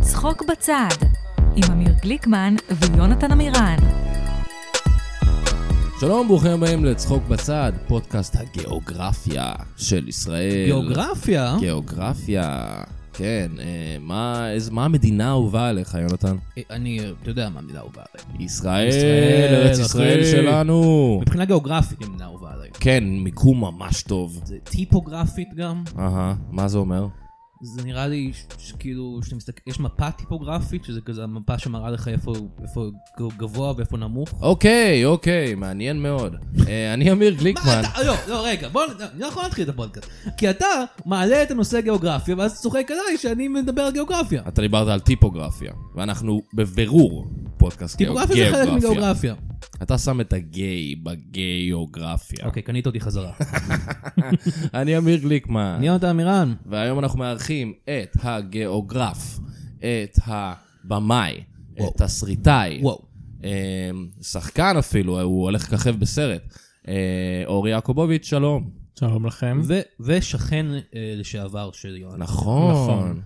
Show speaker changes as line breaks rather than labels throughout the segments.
צחוק בצד, עם אמיר גליקמן ויונתן עמירן.
שלום, ברוכים הבאים לצחוק בצד, פודקאסט הגיאוגרפיה של כן. ישראל.
גיאוגרפיה?
גיאוגרפיה. כן, אה, מה, איז, מה המדינה האהובה עליך, יונתן?
אני, אתה יודע מה המילה אהובה עליי.
ישראל,
ישראל, אוקיי.
ארץ
אחי.
ישראל שלנו.
מבחינה גיאוגרפית היא מילה אהובה עליי.
כן, מיקום ממש טוב.
זה טיפוגרפית גם,
אהה, מה זה אומר?
זה נראה לי ש- שכאילו, שאתה מסתכל- יש מפה טיפוגרפית, שזה כזה המפה שמראה לך איפה איפה ג- גבוה ואיפה נמוך.
אוקיי, אוקיי, מעניין מאוד. אה, אני אמיר
מה
גליקמן.
אתה, לא, לא, רגע, בוא, לא, אני לא יכול להתחיל את הפודקאסט. כי אתה מעלה את הנושא גיאוגרפיה, ואז צוחק עליי שאני מדבר על גיאוגרפיה.
אתה דיברת על טיפוגרפיה, ואנחנו בבירור פודקאסט
טיפוגרפיה זה חלק
גיאוגרפיה.
מגיאוגרפיה.
אתה שם את הגיי בגיאוגרפיה.
אוקיי, קנית אותי חזרה.
אני אמיר גליקמן,
אני יונתן מירן.
והיום אנחנו מארחים את הגיאוגרף, את הבמאי,
וואו.
את תסריטאי,
וואו.
אמ, שחקן אפילו, הוא הולך לככב בסרט. אה, אור יעקובוביץ', שלום.
שלום לכם.
ו- ושכן אה, לשעבר של יונתן.
נכון.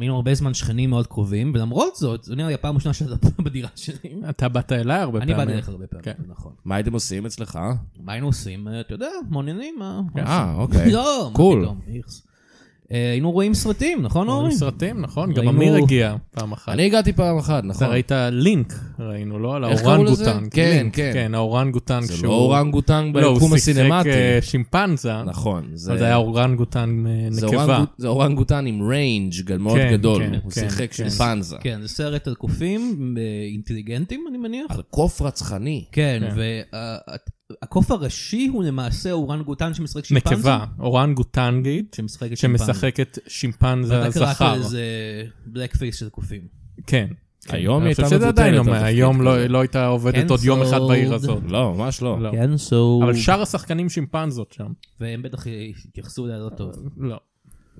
היינו הרבה זמן שכנים מאוד קרובים, ולמרות זאת, זו נראה לי הפעם הראשונה שאתה פה בדירה שלי.
אתה באת אליי הרבה
אני
פעמים.
באתי אליך הרבה פעמים,
כן.
נכון.
מה הייתם עושים אצלך?
מה היינו עושים? אה, אתה יודע, מעוניינים, מה?
אה, אוקיי.
לא, מה
קול.
פתאום, איכס. אה, היינו רואים סרטים, נכון
ראינו
אורי?
סרטים, נכון? גם
ראינו-
אמיר הגיע פעם אחת.
אני הגעתי פעם אחת, נכון.
אתה ראית לינק, ראינו, לא? על
איך קראו לזה?
האורנגוטנג.
כן,
לינק,
כן.
כן, האורנגוטנג
זה
שהוא...
לא אורנגוטנג
לא, הוא
ביקום
שיחק
הסינמטי.
אה, שימפנזה.
נכון. זה-
אז היה אורנגוטנג אה,
זה
נקבה.
אורנגוט- זה אורנגוטן עם ריינג' גם מאוד
כן,
גדול.
כן,
הוא
כן,
שיחק
כן.
שימפנזה.
כן, זה סרט על קופים אה, אינטליגנטים, אני מניח.
על קוף רצחני.
כן,
כן.
והקוף הראשי הוא למעשה אורנגוטן שמשחק שימפנזה.
נקבה, אורנגוטנגית,
שמשחקת שימפנזה.
שמשחקת שימפנזה
ואתה
זכר.
קראת לזה בלק פייס של קופים.
כן.
היום
אני
היא
חושב
הייתה
שזה עדיין
מבוטלת,
לא,
התפקיד
היום לא-
כזה.
לא הייתה
כן,
עובדת עוד יום אחד
Cancelled.
בעיר הזאת.
לא, ממש לא.
לא.
כן, סו...
אבל שאר השחקנים שימפנזות שם.
והם בטח התייחסו אליה לא טוב.
לא.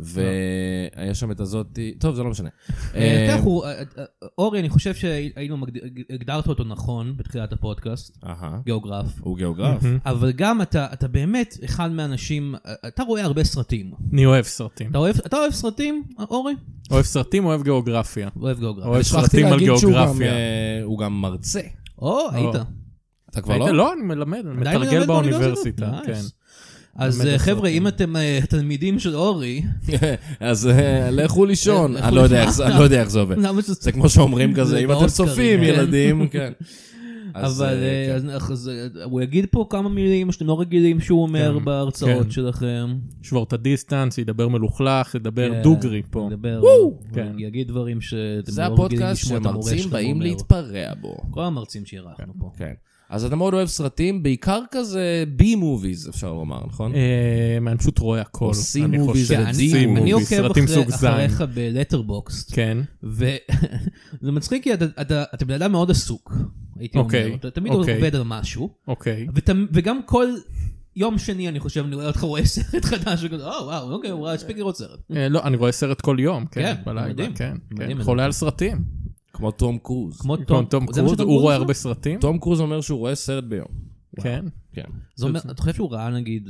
ויש שם את הזאתי, טוב, זה לא משנה.
אה,
אה,
כך הוא, אה, אה, אורי, אני חושב שהיינו, מגד- הגדרת אותו נכון בתחילת הפודקאסט,
אהה,
גיאוגרף,
הוא גיאוגרף.
אבל גם אתה, אתה באמת אחד מהאנשים, אה, אתה רואה הרבה סרטים.
אני אוהב סרטים.
אתה אוהב, אתה אוהב סרטים, אורי?
אוהב סרטים, אוהב גיאוגרפיה.
אוהב גיאוגרף.
אוהב
שכחתי
סרטים על
להגיד שהוא גם,
גיאוגרפיה.
אה, הוא גם מרצה.
או, היית.
אתה כבר
היית,
לא?
לא, אני מלמד, אני
עדיין
לא. מתרגל
מלמד
באוניברסיטה,
באוניברסיטה?
כן.
Nice. אז
מלמד
אה, חבר'ה,
בסרטים.
אם אתם אה, תלמידים של אורי,
אז אה, לכו לישון.
לכו
אני לא יודע
לישון.
איך זה- אני לא יודע איך זה עובד.
למה ש...
זה כמו שאומרים כזה,
זה
אם אתם
באוסקרים,
צופים,
כן.
ילדים, כן. אז,
אבל
אה,
אה,
כן.
אז- אז, אה, הוא יגיד פה כמה מילים שאתם לא רגילים שהוא אומר
כן,
בהרצאות
כן.
שלכם.
שבור את הדיסטנס, ידבר מלוכלך, ידבר
כן,
דוגרי פה.
נדבר,
כן.
יגיד דברים שאתם
זה
לא רגילים
הפודקאסט
לשמוע את המורה
שמרצים
שלכם
באים
אומר.
להתפרע בו.
כל המרצים שאירחנו פה.
כן. אז אתה מאוד אוהב סרטים, בעיקר כזה בי מוביז, אפשר לומר, נכון?
אה, אני פשוט רואה הכל,
או C
אני
movies
חושב.
זה D
אני-
C
movies,
אני
movies,
עוקב
סרטים
אחרי-
סוג זין.
אחריך בלטרבוקסט,
כן,
וזה מצחיק כי אתה- אתה אתה בן אדם מאוד עסוק, הייתי אומר,
אוקיי,
אתה תמיד
אוקיי.
עובד על משהו,
אוקיי.
ותמ- וגם כל יום שני אני חושב אני רואה אותך רואה סרט חדש, וכזה, או וואו, אוקיי,
כן.
הוא הספיק לראות סרט.
אה, לא, אני רואה סרט כל יום, כן,
כן,
בלילה,
מדהים.
כן,
מדהים,
כן. חולה על סרטים.
כמו תום קרוז.
כמו
כמו
תום זה
תום
מה
כן, קרוז,
שתום
הוא רואה
עושה?
הרבה סרטים,
תום קרוז אומר שהוא רואה סרט ביום.
כן.
כן.
זה אומר- אתה חושב שהוא ראה נגיד,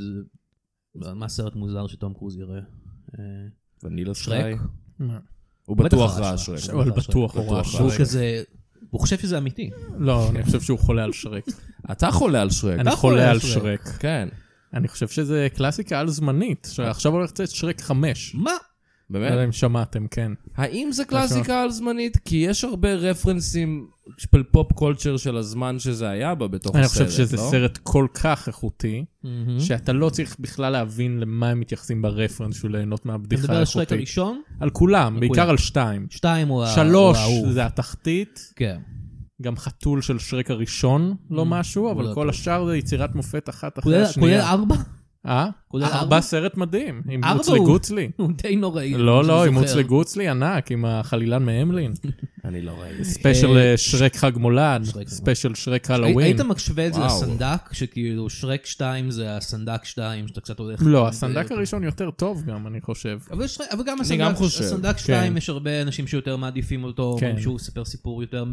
אה, מה סרט מוזר שתום קרוז יראה? אה,
ונילה סקאי.
שרק?
מה?
הוא
בטח
בטוח
ראה
ראה
שרק.
שרק.
אה, אבל בטוח הוא רואה
בטוח.
שהוא
שרק.
כזה, הוא חושב שזה אמיתי.
לא, אני חושב שהוא חולה על שרק.
אתה חולה על שרק.
אני חולה על שרק.
כן.
אני חושב שזה קלאסיקה על זמנית, שעכשיו הולך לצאת שרק 5.
מה?
לא יודע
באמת?
אם שמעתם, כן.
האם זה קלאסיקה על זמנית? כי יש הרבה רפרנסים של פופ קולצ'ר של הזמן שזה היה בה בתוך הסרט,
אני
לא? Hmm?
חושב שזה סרט כל כך איכותי,
מהמם.
שאתה לא צריך בכלל להבין למה הם מתייחסים ברפרנס בשביל ליהנות
אתה מדבר
מהבדיחה
על שרק
האיכותית.
הראשון?
על כולם, בעיקר
כולם.
על שתיים.
שתיים הוא ה-
שלוש
הוא האהוב.
זה התחתית,
כן.
גם חתול של שרק הראשון לא משהו,
הוא לא
אבל
טוב.
כל השאר זה יצירת מופת אחת אחרי
כולל- כולל
השנייה.
ארבע?
אה?
כולל ארבע?
ארבע סרט מדהים, עם
ארבע
מוצלי
הוא-
גוצלי.
הוא די נוראי.
לא,
אני
לא, עם
זוכר.
מוצלי גוצלי ענק, עם החלילן מהמלין.
אני לא ראיתי.
ספיישל אה, שרק חג מולד,
שרק.
ספיישל שרק
הי-
הלואוין.
היית משווה את זה
וואו.
לסנדק, שכאילו שרק 2 זה הסנדק 2, שאתה קצת הולך...
לא,
אוקיי.
הסנדק הראשון יותר טוב גם, אני חושב.
אבל יש- אבל גם
גם
הסנדק,
חושב,
הסנדק 2, יש הרבה אנשים שיותר מעדיפים אותו, אומרים
כן.
שהוא מספר סיפור יותר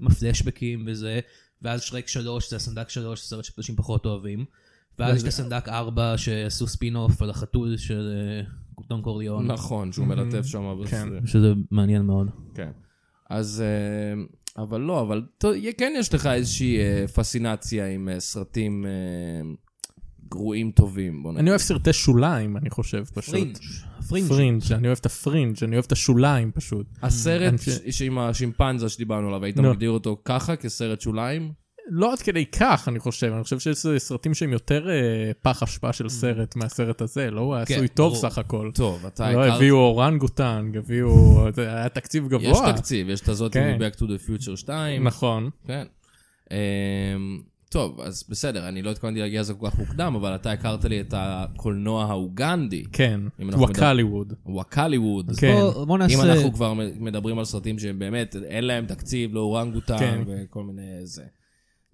עם הפלשבקים וזה, ואז שרק 3 זה הסנדק 3, סרט שאנשים פחות אוהבים, ואז יש את הסנדק 4 שעשו ספין אוף על החתול של אה, דון קורליון,
נכון. Mm-hmm. כן.
נכון, שהוא מלטף שם בסרט.
שזה מעניין מאוד.
כן. אז... אה, אבל לא, אבל ת- יה- כן יש לך איזושהי אה, פסינציה עם אה, סרטים אה, גרועים טובים. בוא נגיד.
אני אוהב סרטי שוליים, אני חושב, פשוט.
פרינג'. הפרינג'.
פרינג', אני אוהב את הפרינג', אני אוהב את השוליים פשוט.
הסרט
אני לא.
ש- ש- עם השימפנזה שדיברנו עליו, היית
נו.
מגדיר אותו ככה, כסרט שוליים?
לא עד כדי כך, אני חושב, אני חושב שיש סרטים שהם יותר אה, פח אשפה של סרט מהסרט הזה, לא? הוא היה
כן,
עשוי טוב
ברור.
סך הכל.
טוב, אתה
לא, הביאו אורנגוטנג, הביאו... זה היה תקציב גבוה.
יש תקציב, יש את הזאת
כן.
עם Back to the Future 2.
נכון.
כן. אמ, טוב, אז בסדר, אני לא התכוונתי להגיע לזה כל כך מוקדם, אבל אתה הכרת לי את הקולנוע האוגנדי,
כן.
אם אנחנו
וואקליווד.
וואקליווד.
כן.
בוא- בוא נעשה...
אם אנחנו כבר מדברים על סרטים שהם באמת, אין להם תקציב, לא
כן.
אורנגוטן וכל מיני זה.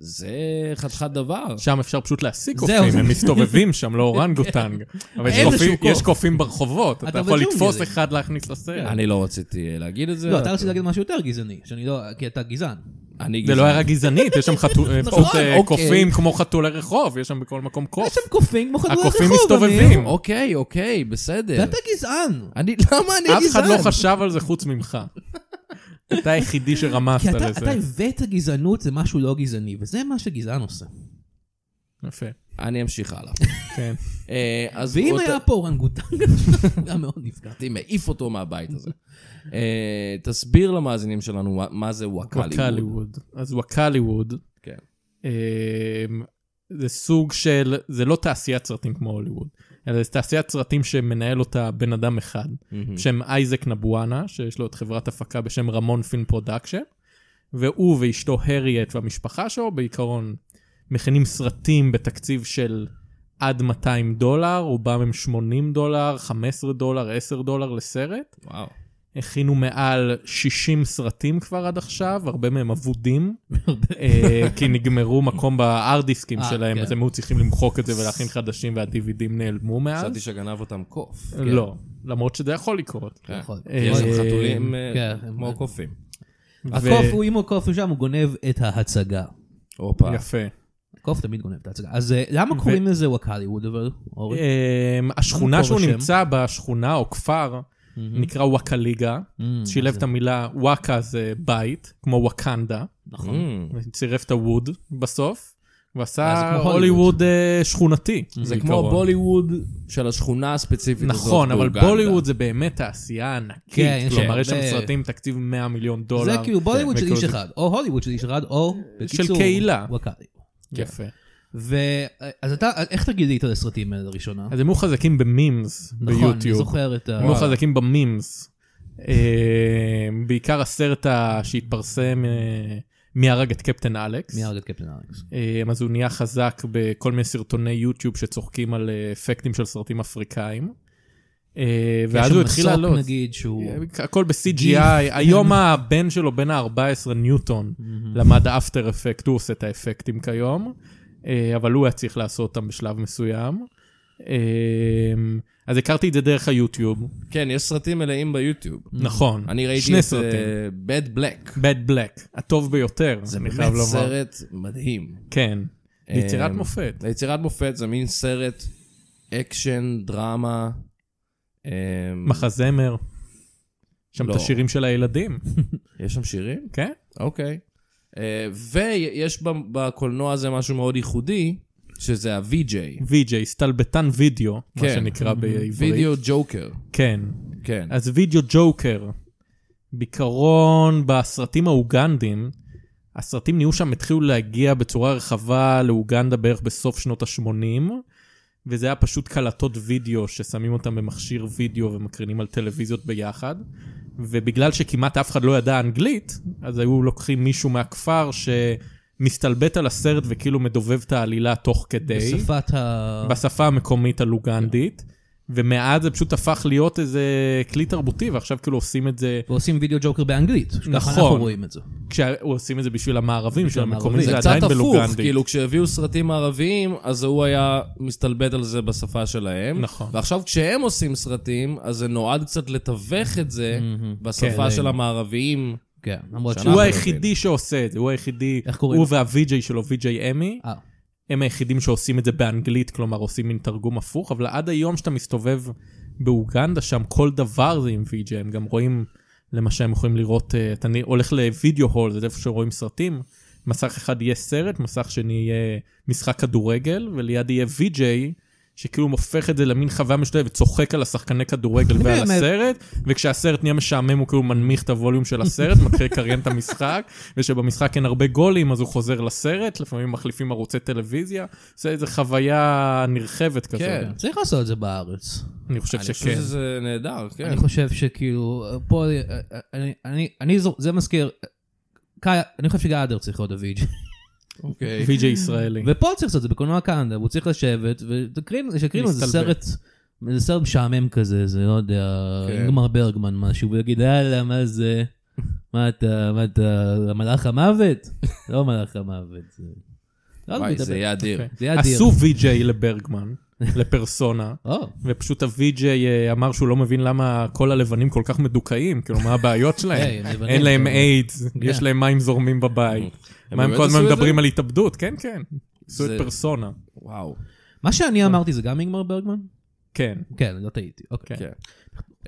זה חתיכת דבר.
שם אפשר פשוט להשיג
זהו, זה-
קופים, הם מסתובבים שם, לא אורנגוטנג. אבל יש
איזשהו
קופים-
קוף.
יש קופים ברחובות, אתה
אתה
יכול
בג'ונגל.
לתפוס אחד להכניס לסרט.
אני לא רציתי להגיד את זה.
לא, אתה רצית להגיד משהו יותר גזעני, שאני לא... כי אתה גזען.
אני
זה לא הערה גזענית, יש שם חתו- אה, פשוט אה,
אוקיי.
קופים כמו חתולי רחוב, יש שם בכל מקום
נכון, יש
קוף.
שם קופים כמו חדורי רחוב,
הקופים
אמיר.
מסתובבים, כן.
אוקיי, אוקיי, בסדר.
ואתה גזען.
אני, למה אני
אף אחד
גזען?
לא חשב על זה חוץ ממך. אתה היחידי
כי
שרמזת
אתה אתה
לזה.
הבאת גזענות זה משהו לא גזעני, וזה מה שגזען עושה.
יפה,
אני אמשיך הלאה.
כן.
אה, אז
ואם
עוד-
היה פה אורנגוטנג, היה מאוד נפגע.
הייתי מעיף אותו מהבית הזה. אה, תסביר למאזינים שלנו מה- מה זה וואקליווד.
וואקליווד. אז וואקליווד.
כן.
אמ, זה סוג של, זה לא תעשיית סרטים כמו הוליווד, אלא זה תעשיית סרטים שמנהל אותה בן אדם אחד,
מהמם.
בשם אייזק נבואנה, שיש לו את חברת הפקה בשם רמון פין פרודקשן, והוא ואשתו הריאט והמשפחה שלו בעיקרון מכינים סרטים בתקציב של עד 200 דולר, רובם הם 80 דולר, 15 דולר, 10 דולר לסרט.
וואו.
הכינו מעל 60 סרטים כבר עד עכשיו, הרבה מהם אבודים, אה, כי נגמרו מקום בארד דיסקים
אה,
שלהם,
כן.
אז הם היו צריכים למחוק את זה ולהכין חדשים והדיווידים נעלמו מאז.
חשבתי שגנב אותם קוף.
לא, למרות שזה יכול לקרות.
כן.
נכון.
כי אז הם
אה,
חתולים אה,
כן, הם-
כמו קופים.
הקוף הוא, אם הקוף הוא שם, הוא גונב את ההצגה.
הופה.
יפה.
הקוף תמיד גונב את ההצגה. אז אה, למה קוראים לזה וואקליווד אבל, אורי?
אמ, השכונה
פה
שהוא
בשם.
נמצא בה, שכונה או כפר, נקרא וואקליגה.
אמ,
שילב את המילה וואקה זה בית, כמו וואקנדה.
נכון.
Mm.
צירף את הווד בסוף,
אה, זה
ועשה
כמו
הוליווד אה, שכונתי.
זה כמו
בעיקרון.
בוליווד של השכונה הספציפית הזאת
נכון, אבל
באוגנדה.
בוליווד זה באמת תעשייה
כן,
ענקית.
יש
כלומר,
הרבה-
יש שם סרטים עם תקציב 100 מיליון
זה
דולר. כן,
כאילו בוליווד של
וכאילו
איש
זה-
אחד, או הוליווד של איש אחד, או בקיצור,
אה, קהילה.
וואקליווד.
יפה.
כן. ואז אתה, אה, איך אתה גילית על הסרטים האלה לראשונה?
אז הם היו חזקים במימס
נכון, אני
ביוטיוב.
זוכר את ה...
הם היו
וואלה.
חזקים במימס. אה, בעיקר הסרט ה- שהתפרסם, אה, מי הרג את קפטן אלכס.
מי הרג את קפטן אלכס?
אה, אז הוא נהיה חזק בכל מיני סרטוני יוטיוב שצוחקים על אה, אפקטים של סרטים אפריקאים. אה, ואז הוא
יש
התחיל
שם
לעלות. אה,
מסוק נגיד שהוא...
הכל ב-CGI, היום הבן שלו בן ה-14 ניוטון למד אפטר אפקט, הוא עושה את האפקטים כיום, אה, אבל הוא היה צריך לעשות אותם בשלב מסוים. אה, אז הכרתי את זה דרך היוטיוב,
כן, יש סרטים מלאים ביוטיוב.
נכון,
אני ראיתי
שני
את אה,
סרטים, לא
בד בלק.
Bad Black, הטוב ביותר,
זה
אני
באמת
חייב לומר.
סרט מדהים.
כן, זה יצירת
אמ,
מופת.
זה יצירת מופת זה מין סרט אקשן, דרמה. אמ,
מחזמר. שם
לא.
את השירים של הילדים,
יש שם שירים?
כן?
אוקיי. אה, ויש ב- בקולנוע הזה משהו מאוד ייחודי, שזה ה-VJ,
VJ, סטלבטן וידאו, מה
כן.
שנקרא בעברית.
וידאו ג'וקר.
כן.
כן.
אז וידאו ג'וקר, בעיקרון בסרטים האוגנדים, הסרטים נהיו שם, התחילו להגיע בצורה רחבה לאוגנדה בערך בסוף שנות ה-80, וזה היה פשוט קלטות וידאו ששמים אותם במכשיר וידאו ומקרינים על טלוויזיות ביחד. ובגלל שכמעט אף אחד לא ידע אנגלית, אז היו לוקחים מישהו מהכפר שמסתלבט על הסרט וכאילו מדובב את העלילה תוך כדי.
בשפת ה...
בשפה המקומית הלוגנדית, ומאז זה פשוט הפך להיות איזה כלי תרבותי, ועכשיו כאילו עושים את זה,
ועושים וידאו ג'וקר באנגלית. ככה אנחנו
נכון.
רואים את זה.
כשעושים את זה בשביל המערבים, בשביל המקומיים,
המערבים.
זה
זה קצת
עדיין
הפוך,
בלוגנדית.
כאילו כשהביאו סרטים ערביים, אז הוא היה מסתלבט על זה בשפה שלהם.
נכון.
ועכשיו כשהם עושים סרטים, אז זה נועד קצת לתווך את זה בשפה
כן.
של המערביים.
כן, למרות
שנה
ש...
הוא
אנחנו
היחידי שעושה את זה, הוא היחידי,
איך קוראים
הוא
לו?
והווי-ג'יי שלו, ווי-ג'יי אמי,
אה,
הם היחידים שעושים את זה באנגלית, כלומר עושים מין תרגום הפוך, אבל עד היום שאתה מסתובב באוגנדה שם, כל דבר זה עם ווי-ג'יי, הם גם רואים למשל, הם יכולים לראות, אה, אתה נ- הולך לוידאו הול, זה איפה שרואים סרטים, מסך אחד יהיה סרט, מסך שני יהיה משחק כדורגל, וליד יהיה וי-ג'יי, שכאילו הופך את זה למין חוויה משותפת, צוחק על השחקני כדורגל
אני
ועל
באמת-
הסרט, וכשהסרט נהיה משעמם הוא כאילו מנמיך את הווליום של הסרט, מתחיל לקריין את המשחק, ושבמשחק אין הרבה גולים אז הוא חוזר לסרט, לפעמים מחליפים ערוצי טלוויזיה, זה איזו חוויה נרחבת כזאת.
כן.
צריך לעשות את זה בארץ.
אני חושב
אני חושב
שכן.
שזה נהדר, כן.
אני חושב שכאילו, פה, אה, אני, אני, אני, זו- זה מזכיר, קאי- אני חושב שגיא אדר צריך להיות הוויג'
אוקיי.
VJ ישראלי.
ופה צריך לעשות את זה בקולנוע קנדה, והוא צריך לשבת, ושקרינו איזה
להסתלבט.
סרט, איזה סרט משעמם כזה, זה לא יודע,
כן.
אינגמר ברגמן משהו, ויגיד, יאללה, מה זה? מה אתה, מה אתה, מלאך המוות? לא מלאך המוות. זה- לא
וואי,
יודע,
זה יהיה אדיר.
אוקיי.
זה יהיה אדיר.
עשו VJ לברגמן, לפרסונה,
או,
ופשוט ה-VJ אה, אמר שהוא לא מבין למה כל הלבנים כל כך מדוכאים, כאילו מה הבעיות
היי,
שלהם,
הם לבנים,
אין להם
אבל-
איידס, יש להם מים זורמים בבית.
כן. הם
מה הם
באמת
כל הזמן
עשו את
מדברים
זה?
על התאבדות, כן, כן. עשו את
זה-
פרסונה,
וואו.
מה שאני אמרתי זה גם אינגמר ברגמן?
כן.
כן, לא טעיתי, אוקיי.
כן.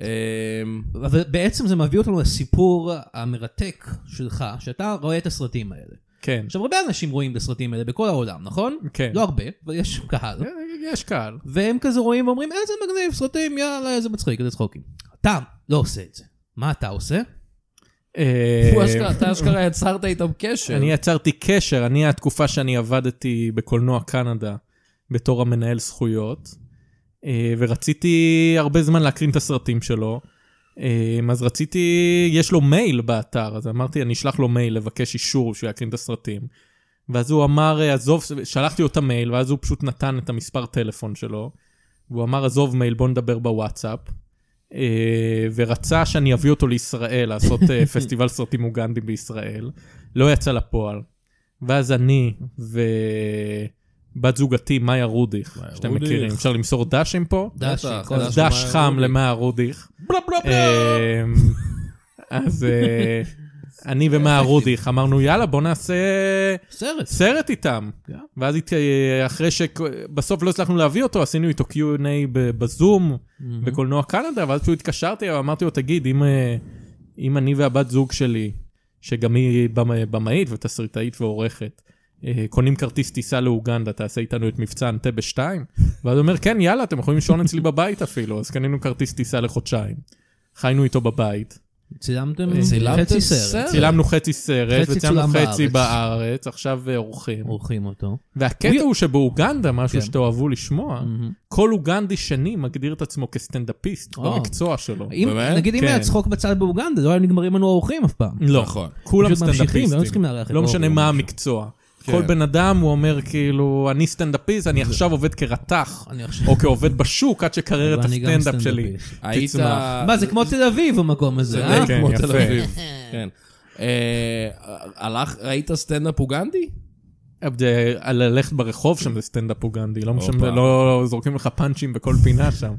אמ,
אבל בעצם זה מביא אותנו לסיפור המרתק שלך, שאתה רואה את הסרטים האלה.
כן.
עכשיו, הרבה אנשים רואים את הסרטים האלה בכל העולם, נכון?
כן.
לא הרבה, אבל יש קהל.
יש קהל.
והם כזה רואים ואומרים, איזה מגניב, סרטים, יאללה, איזה מצחיק, איזה צחוקים. אתה לא עושה את זה. מה אתה עושה?
אה,
הוא אשכרה, אתה אשכרה יצרת איתם קשר.
אני יצרתי קשר, אני התקופה שאני עבדתי בקולנוע קנדה בתור המנהל זכויות, אה, ורציתי הרבה זמן להקרין את הסרטים שלו, אה, אז רציתי, יש לו מייל באתר, אז אמרתי, אני אשלח לו מייל לבקש אישור שהוא יקרין את הסרטים. ואז הוא אמר, אה, עזוב, שלחתי לו את המייל, ואז הוא פשוט נתן את המספר טלפון שלו, והוא אמר, עזוב מייל, בוא נדבר בוואטסאפ. אה, ורצה שאני אביא אותו לישראל, לעשות אה, פסטיבל סרטים אוגנדי בישראל. לא יצא לפועל. ואז אני ובת זוגתי, מאיה רודיך,
מאיה
שאתם
רודיך.
מכירים, אפשר למסור דשים פה?
דשי,
בטח,
כל
דש.
אז
הזמן.
דש
מאיה
חם
רודיך.
למאיה רודיך.
אה,
אמ, אז אה, אני ומאיה רודיך אמרנו, יאללה, בוא נעשה
סרט.
סרט איתם.
כן.
ואז הת- אחרי שבסוף לא הצלחנו להביא אותו, עשינו איתו Q&A ב- בזום, בקולנוע קנדה, ואז פשוט התקשרתי אליו, אמרתי לו, תגיד, אם, אה, אם אני והבת זוג שלי, שגם היא במ- במאית ותסריטאית ועורכת, אה, קונים כרטיס טיסה לאוגנדה, תעשה איתנו את מבצע אנטבה 2? ואז הוא אומר, כן, יאללה, אתם יכולים לישון אצלי בבית אפילו, אז קנינו כרטיס טיסה לחודשיים. חיינו איתו בבית,
צילמתם
צילמתם
חצי
סרט.
סרט.
צילמנו חצי סרט,
חצי
וצילמנו
צולם
חצי
בארץ.
בארץ, עכשיו אה, עורכים.
עורכים אותו.
והקטע הוא שבאוגנדה, משהו
כן.
שתאהבו לשמוע, כל אוגנדי שני מגדיר את עצמו כסטנדאפיסט
או.
במקצוע שלו.
אם-
באמת?
נגיד אם
כן.
היה צחוק בצד באוגנדה, לא היה נגמרים לנו האורחים אף פעם.
לא,
נכון.
כולם
פשוט ממשיכים,
סטנדאפיסטים.
לא צריכים לארח את
לא
אורי
משנה
או
מה
משהו.
המקצוע.
כן.
כל בן אדם, הוא אומר כאילו, אני סטנדאפיסט, אני עכשיו עובד כרתח,
אני עכשיו...
או כעובד בשוק עד שקריירת
ואני גם
הסטנדאפ שלי.
סטנדאפיסט.
היית...
תצמח.
מה, זה כמו תל אביב המקום הזה, אה?
זה
כן,
כמו
יפה.
תל אביב. כן. אה, הלך, ראית סטנדאפ אוגנדי?
אה, זה- על ללכת ברחוב שם זה סטנדאפ אוגנדי, לא משנה,
הופה.
לא זורקים לך פאנצ'ים בכל פינה שם. אה,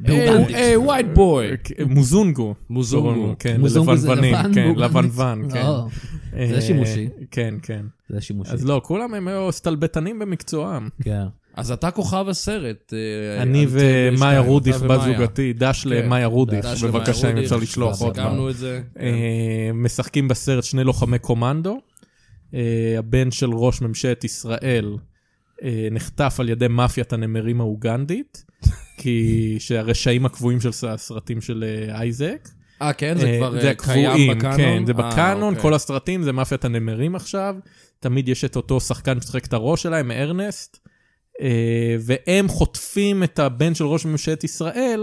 באוגנדה.
היי, ווייט בוי.
מוזונגו.
אה, מוזונגו.
קוראים לו, כן,
מוזונגו זה
לבנוונים,
אה, לבן,
כן,
באוגנדית.
לבנוון, כן.
לא, זה
אה,
שימושי.
כן, כן.
זה שימושי.
אז לא, כולם הם היו סטלבטנים במקצועם.
כן.
אז אתה כוכב הסרט. אה,
אני
אנטבה
ומאיה
שתיים,
רודיך,
אתה
בת
ומאיה.
זוגתי, דש
כן.
למאיה רודיך,
דש למאיה
בבקשה, אם
רודיך,
אפשר לשלוח עוד פעם.
סיכמנו את זה.
אה, משחקים בסרט שני לוחמי קומנדו. אה, הבן של ראש ממשלת ישראל אה, נחטף על ידי מאפיית הנמרים האוגנדית, כי שהרשעים הקבועים של ס- הסרטים של אה, אייזק.
אה, כן? זה
אה,
כבר אה,
זה
קיים
הקבועים,
בקאנון?
כן, זה
אה,
בקאנון,
אוקיי.
כל הסרטים זה מאפיית הנמרים עכשיו. תמיד יש את אותו שחקן ששחק את הראש שלהם, ארנסט, אה, והם חוטפים את הבן של ראש ממשלת ישראל,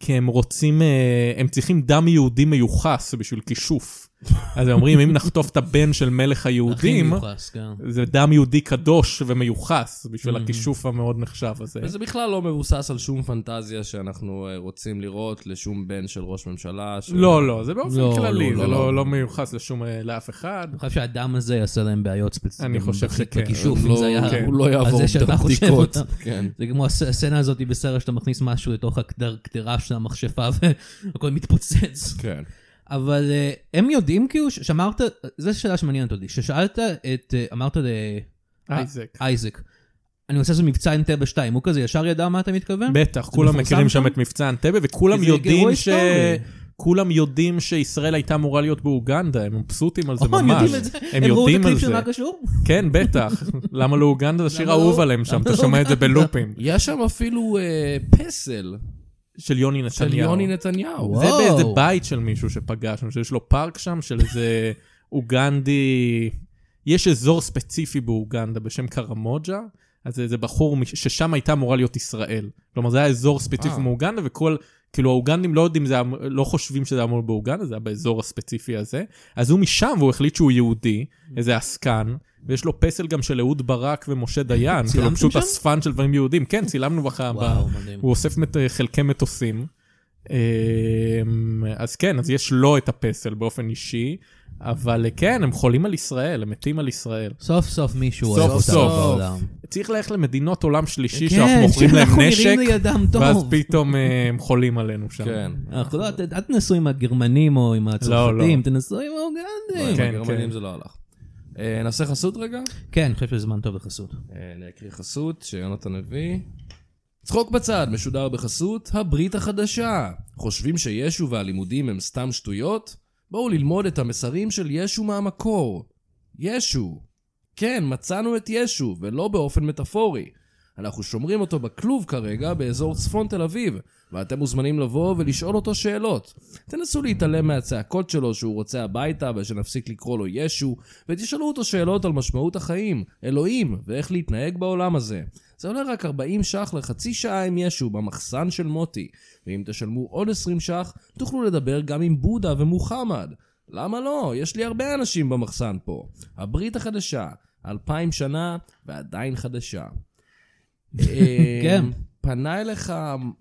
כי הם רוצים, אה, הם צריכים דם יהודי מיוחס בשביל כישוף. אז הם אומרים, אם נחטוף את הבן של מלך
הכי
היהודים,
מיוחס, כן.
זה דם יהודי קדוש ומיוחס
Mm-hmm.
בשביל הכישוף המאוד נחשב הזה.
וזה בכלל לא מבוסס על שום פנטזיה שאנחנו אה, רוצים לראות לשום בן של ראש ממשלה. ש-
לא, לא, זה באופן
לא,
כללי,
לא,
זה
לא,
לא
לא.
לא מיוחס לשום, אה, לאף אחד.
אני חושב שהאדם הזה יעשה להם בעיות ספציפיות.
אני חושב שכן.
בכישוף,
הוא
אם
לא-
זה היה...
כן.
הוא לא יעבור
זה שאתה
את
חושב
הבדיקות.
אותה.
כן.
זה כמו הס- הסצנה הזאת בסרט שאתה מכניס משהו לתוך הקדר- הקדרה של המכשפה והכל מתפוצץ.
כן.
אבל אה, הם יודעים כאילו, ש- שאמרת, זו שאלה שמעניינת אותי, ששאלת את, אה, אמרת
אה,
אייזק.
לאייזק, אה, אני עושה איזה מבצע אנטבה 2, הוא כזה ישר ידע מה אתה מתכוון?
בטח, כולם
כן. מפורסם
מכירים שם
שם?
את מבצע אנטבה, וכולם
כי זה
יודעים
אירוע
ש...
היסטורי.
כולם יודעים שישראל הייתה אמורה להיות באוגנדה, הם מבסוטים על זה
או, הם
ממש.
יודעים את זה?
הם
ראו את
יודעים על
הקליפ של
זה.
מה קשור?
כן, בטח. למה לאוגנדה? זה שיר
למה לא-
אהוב עליהם שם,
למה
אתה שומע את זה
לאוגנדה?
בלופים.
יש שם אפילו אה, פסל
של יוני
של
נתניהו.
יוני נתניהו.
וואו.
זה באיזה בית של מישהו שפגשנו, שיש לו פארק שם של איזה אוגנדי... יש אזור ספציפי באוגנדה בשם קרמוג'ה, אז זה איזה בחור מש- ששם הייתה אמורה להיות ישראל. כלומר, זה היה אזור ספציפי
אה.
מאוגנדה, וכל... כאילו האוגנדים לא יודעים, זה, היה- לא חושבים שזה אמור להיות באוגנדה, זה היה באזור הספציפי הזה. אז הוא משם, והוא החליט שהוא יהודי,
Mm-hmm.
איזה עסקן, ויש לו פסל גם של אהוד ברק ומשה דיין. כאילו,
צילמתם
פשוט
שם?
אספן של דברים יהודים. כן, צילמנו בחר...
וואו, מדהים.
הוא אוסף מת, חלקי מטוסים. אמ, אז כן, אז יש לו את הפסל באופן אישי, אבל אה, כן, הם חולים על ישראל, הם מתים על ישראל.
סוף סוף מישהו
סוף
אוהב אותנו
סוף.
בעולם.
צריך ללכת למדינות עולם שלישי
כן,
שאנחנו מוכרים להם
שאנחנו
נשק,
נראים לידם טוב.
ואז פתאום אה, הם חולים עלינו שם.
כן.
אנחנו לא, אל- אל תנסו עם הגרמנים או עם הצרפתים,
לא.
תנסו עם
לא,
האוגנדים.
עם
כן,
הגרמנים
כן.
זה לא הלך. אה, נעשה חסות רגע?
לא.
כן, אני חושב שזה זמן טוב לחסות.
אה, אני אקריא חסות שיונתן הביא. צחוק בצד, משודר בחסות הברית החדשה. חושבים שישו והלימודים הם סתם שטויות? בואו ללמוד את המסרים של ישו מהמקור. ישו. כן, מצאנו את ישו, ולא באופן מטאפורי. אנחנו שומרים אותו בכלוב כרגע באזור צפון תל אביב, ואתם מוזמנים לבוא ולשאול אותו שאלות. תנסו להתעלם מהצעקות שלו שהוא רוצה הביתה ושנפסיק לקרוא לו ישו, ותשאלו אותו שאלות על משמעות החיים, אלוהים, ואיך להתנהג בעולם הזה. זה עולה רק 40 ש"ח לחצי שעה עם ישו במחסן של מוטי, ואם תשלמו עוד 20 ש"ח, תוכלו לדבר גם עם בודה ומוחמד. למה לא? יש לי הרבה אנשים במחסן פה. הברית החדשה, אלפיים שנה ועדיין חדשה. אה,
כן.
פנה אליך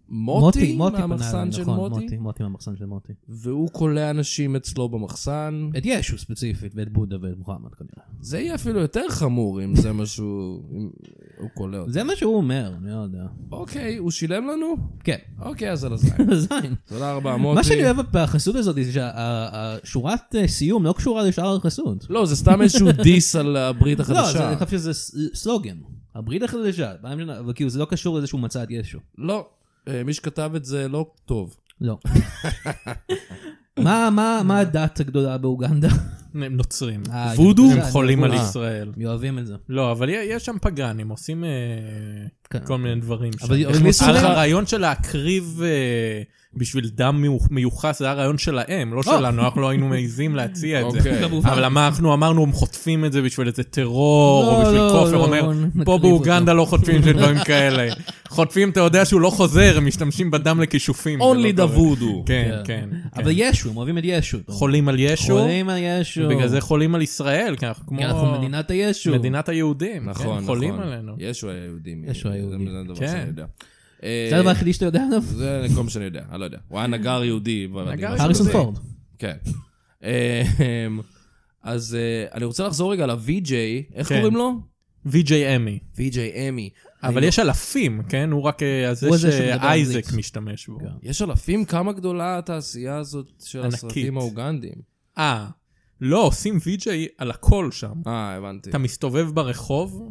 מוטי,
מוטי,
מוטי פנה
מהמחסן
אליי,
של
נכון,
מוטי,
מוטי, מוטי מהמחסן של מוטי.
והוא קולע אנשים אצלו במחסן.
את ישו ספציפית, ואת בודה ואת מוחמד כנראה.
זה יהיה אפילו יותר חמור אם זה מה שהוא... אם הוא קולע אותו.
זה מה שהוא אומר, אני לא יודע.
אוקיי, הוא שילם לנו?
כן.
אוקיי, אז על הזין.
זין.
תודה רבה, מוטי.
מה שאני אוהב בחסות הזאת זה שהשורת סיום לא קשורה לשאר החסות.
לא, זה סתם איזשהו דיס על הברית
לא, זה-
החדשה.
אני חושב שזה ס- סלוגן. הברית החדשה, פעם ראשונה, אבל כאילו זה לא קשור לזה שהוא מצא את ישו.
לא, אה, מי שכתב את זה לא טוב.
לא. מה- מה מה הדת הגדולה באוגנדה?
הם נוצרים.
אה,
וודו,
זה-
הם חולים על
אה.
ישראל.
הם אוהבים את זה.
לא, אבל יה- יש שם פגאנים, עושים אה,
כן.
כל מיני דברים שם.
אבל
הכניסו
הכניסו
על
לך-
הרעיון של להקריב אה, בשביל דם מיוח- מיוחס, זה היה רעיון שלהם, לא שלנו, אנחנו לא היינו מעיזים להציע את כן, זה.
אוקיי.
כמובן.
אבל אנחנו אמרנו, הם חוטפים את זה בשביל איזה טרור,
לא,
או בשביל
לא,
כופר,
לא,
אומר,
נקריב
פה באוגנדה לא חוטפים של דברים כאלה. חוטפים, אתה יודע שהוא לא חוזר, הם משתמשים בדם לכישופים. זה לא
Only
טוב.
the voodoo.
כן, כן. כן.
אבל ישו, הם אוהבים את ישו. אתה אומר.
חולים על ישו,
חולים על ישו.
בגלל זה חולים על ישראל, כי אנחנו כמו...
כי אנחנו מדינת הישו.
מדינת היהודים. כן,
נכון, נכון.
חולים עלינו.
ישו היהודים.
ישו היהודים.
זה הדבר
כן.
שאני יודע. אה,
זה הדבר היחידי שאתה יודע עליו?
זה כל מה שאני יודע, אני לא יודע. הוא היה נגר יהודי. אבל אני
כן. נגר
משהו
הריסון
כזה.
פורד.
כן. אמ, אז אה, אני רוצה לחזור רגע ל-VJ, איך
כן.
קוראים לו?
וי.ג'יי אמי.
VJ אמי.
אבל יש אלפים, כן? הוא רק אה, הזה
הוא זה שמדבר
שאייזק
אנגלית.
משתמש בו.
כן.
יש אלפים, כמה גדולה התעשייה הזאת של
ענקית.
הסרטים האוגנדיים.
אה, לא, עושים וי.ג'יי על הכל שם.
אה, הבנתי.
אתה מסתובב ברחוב,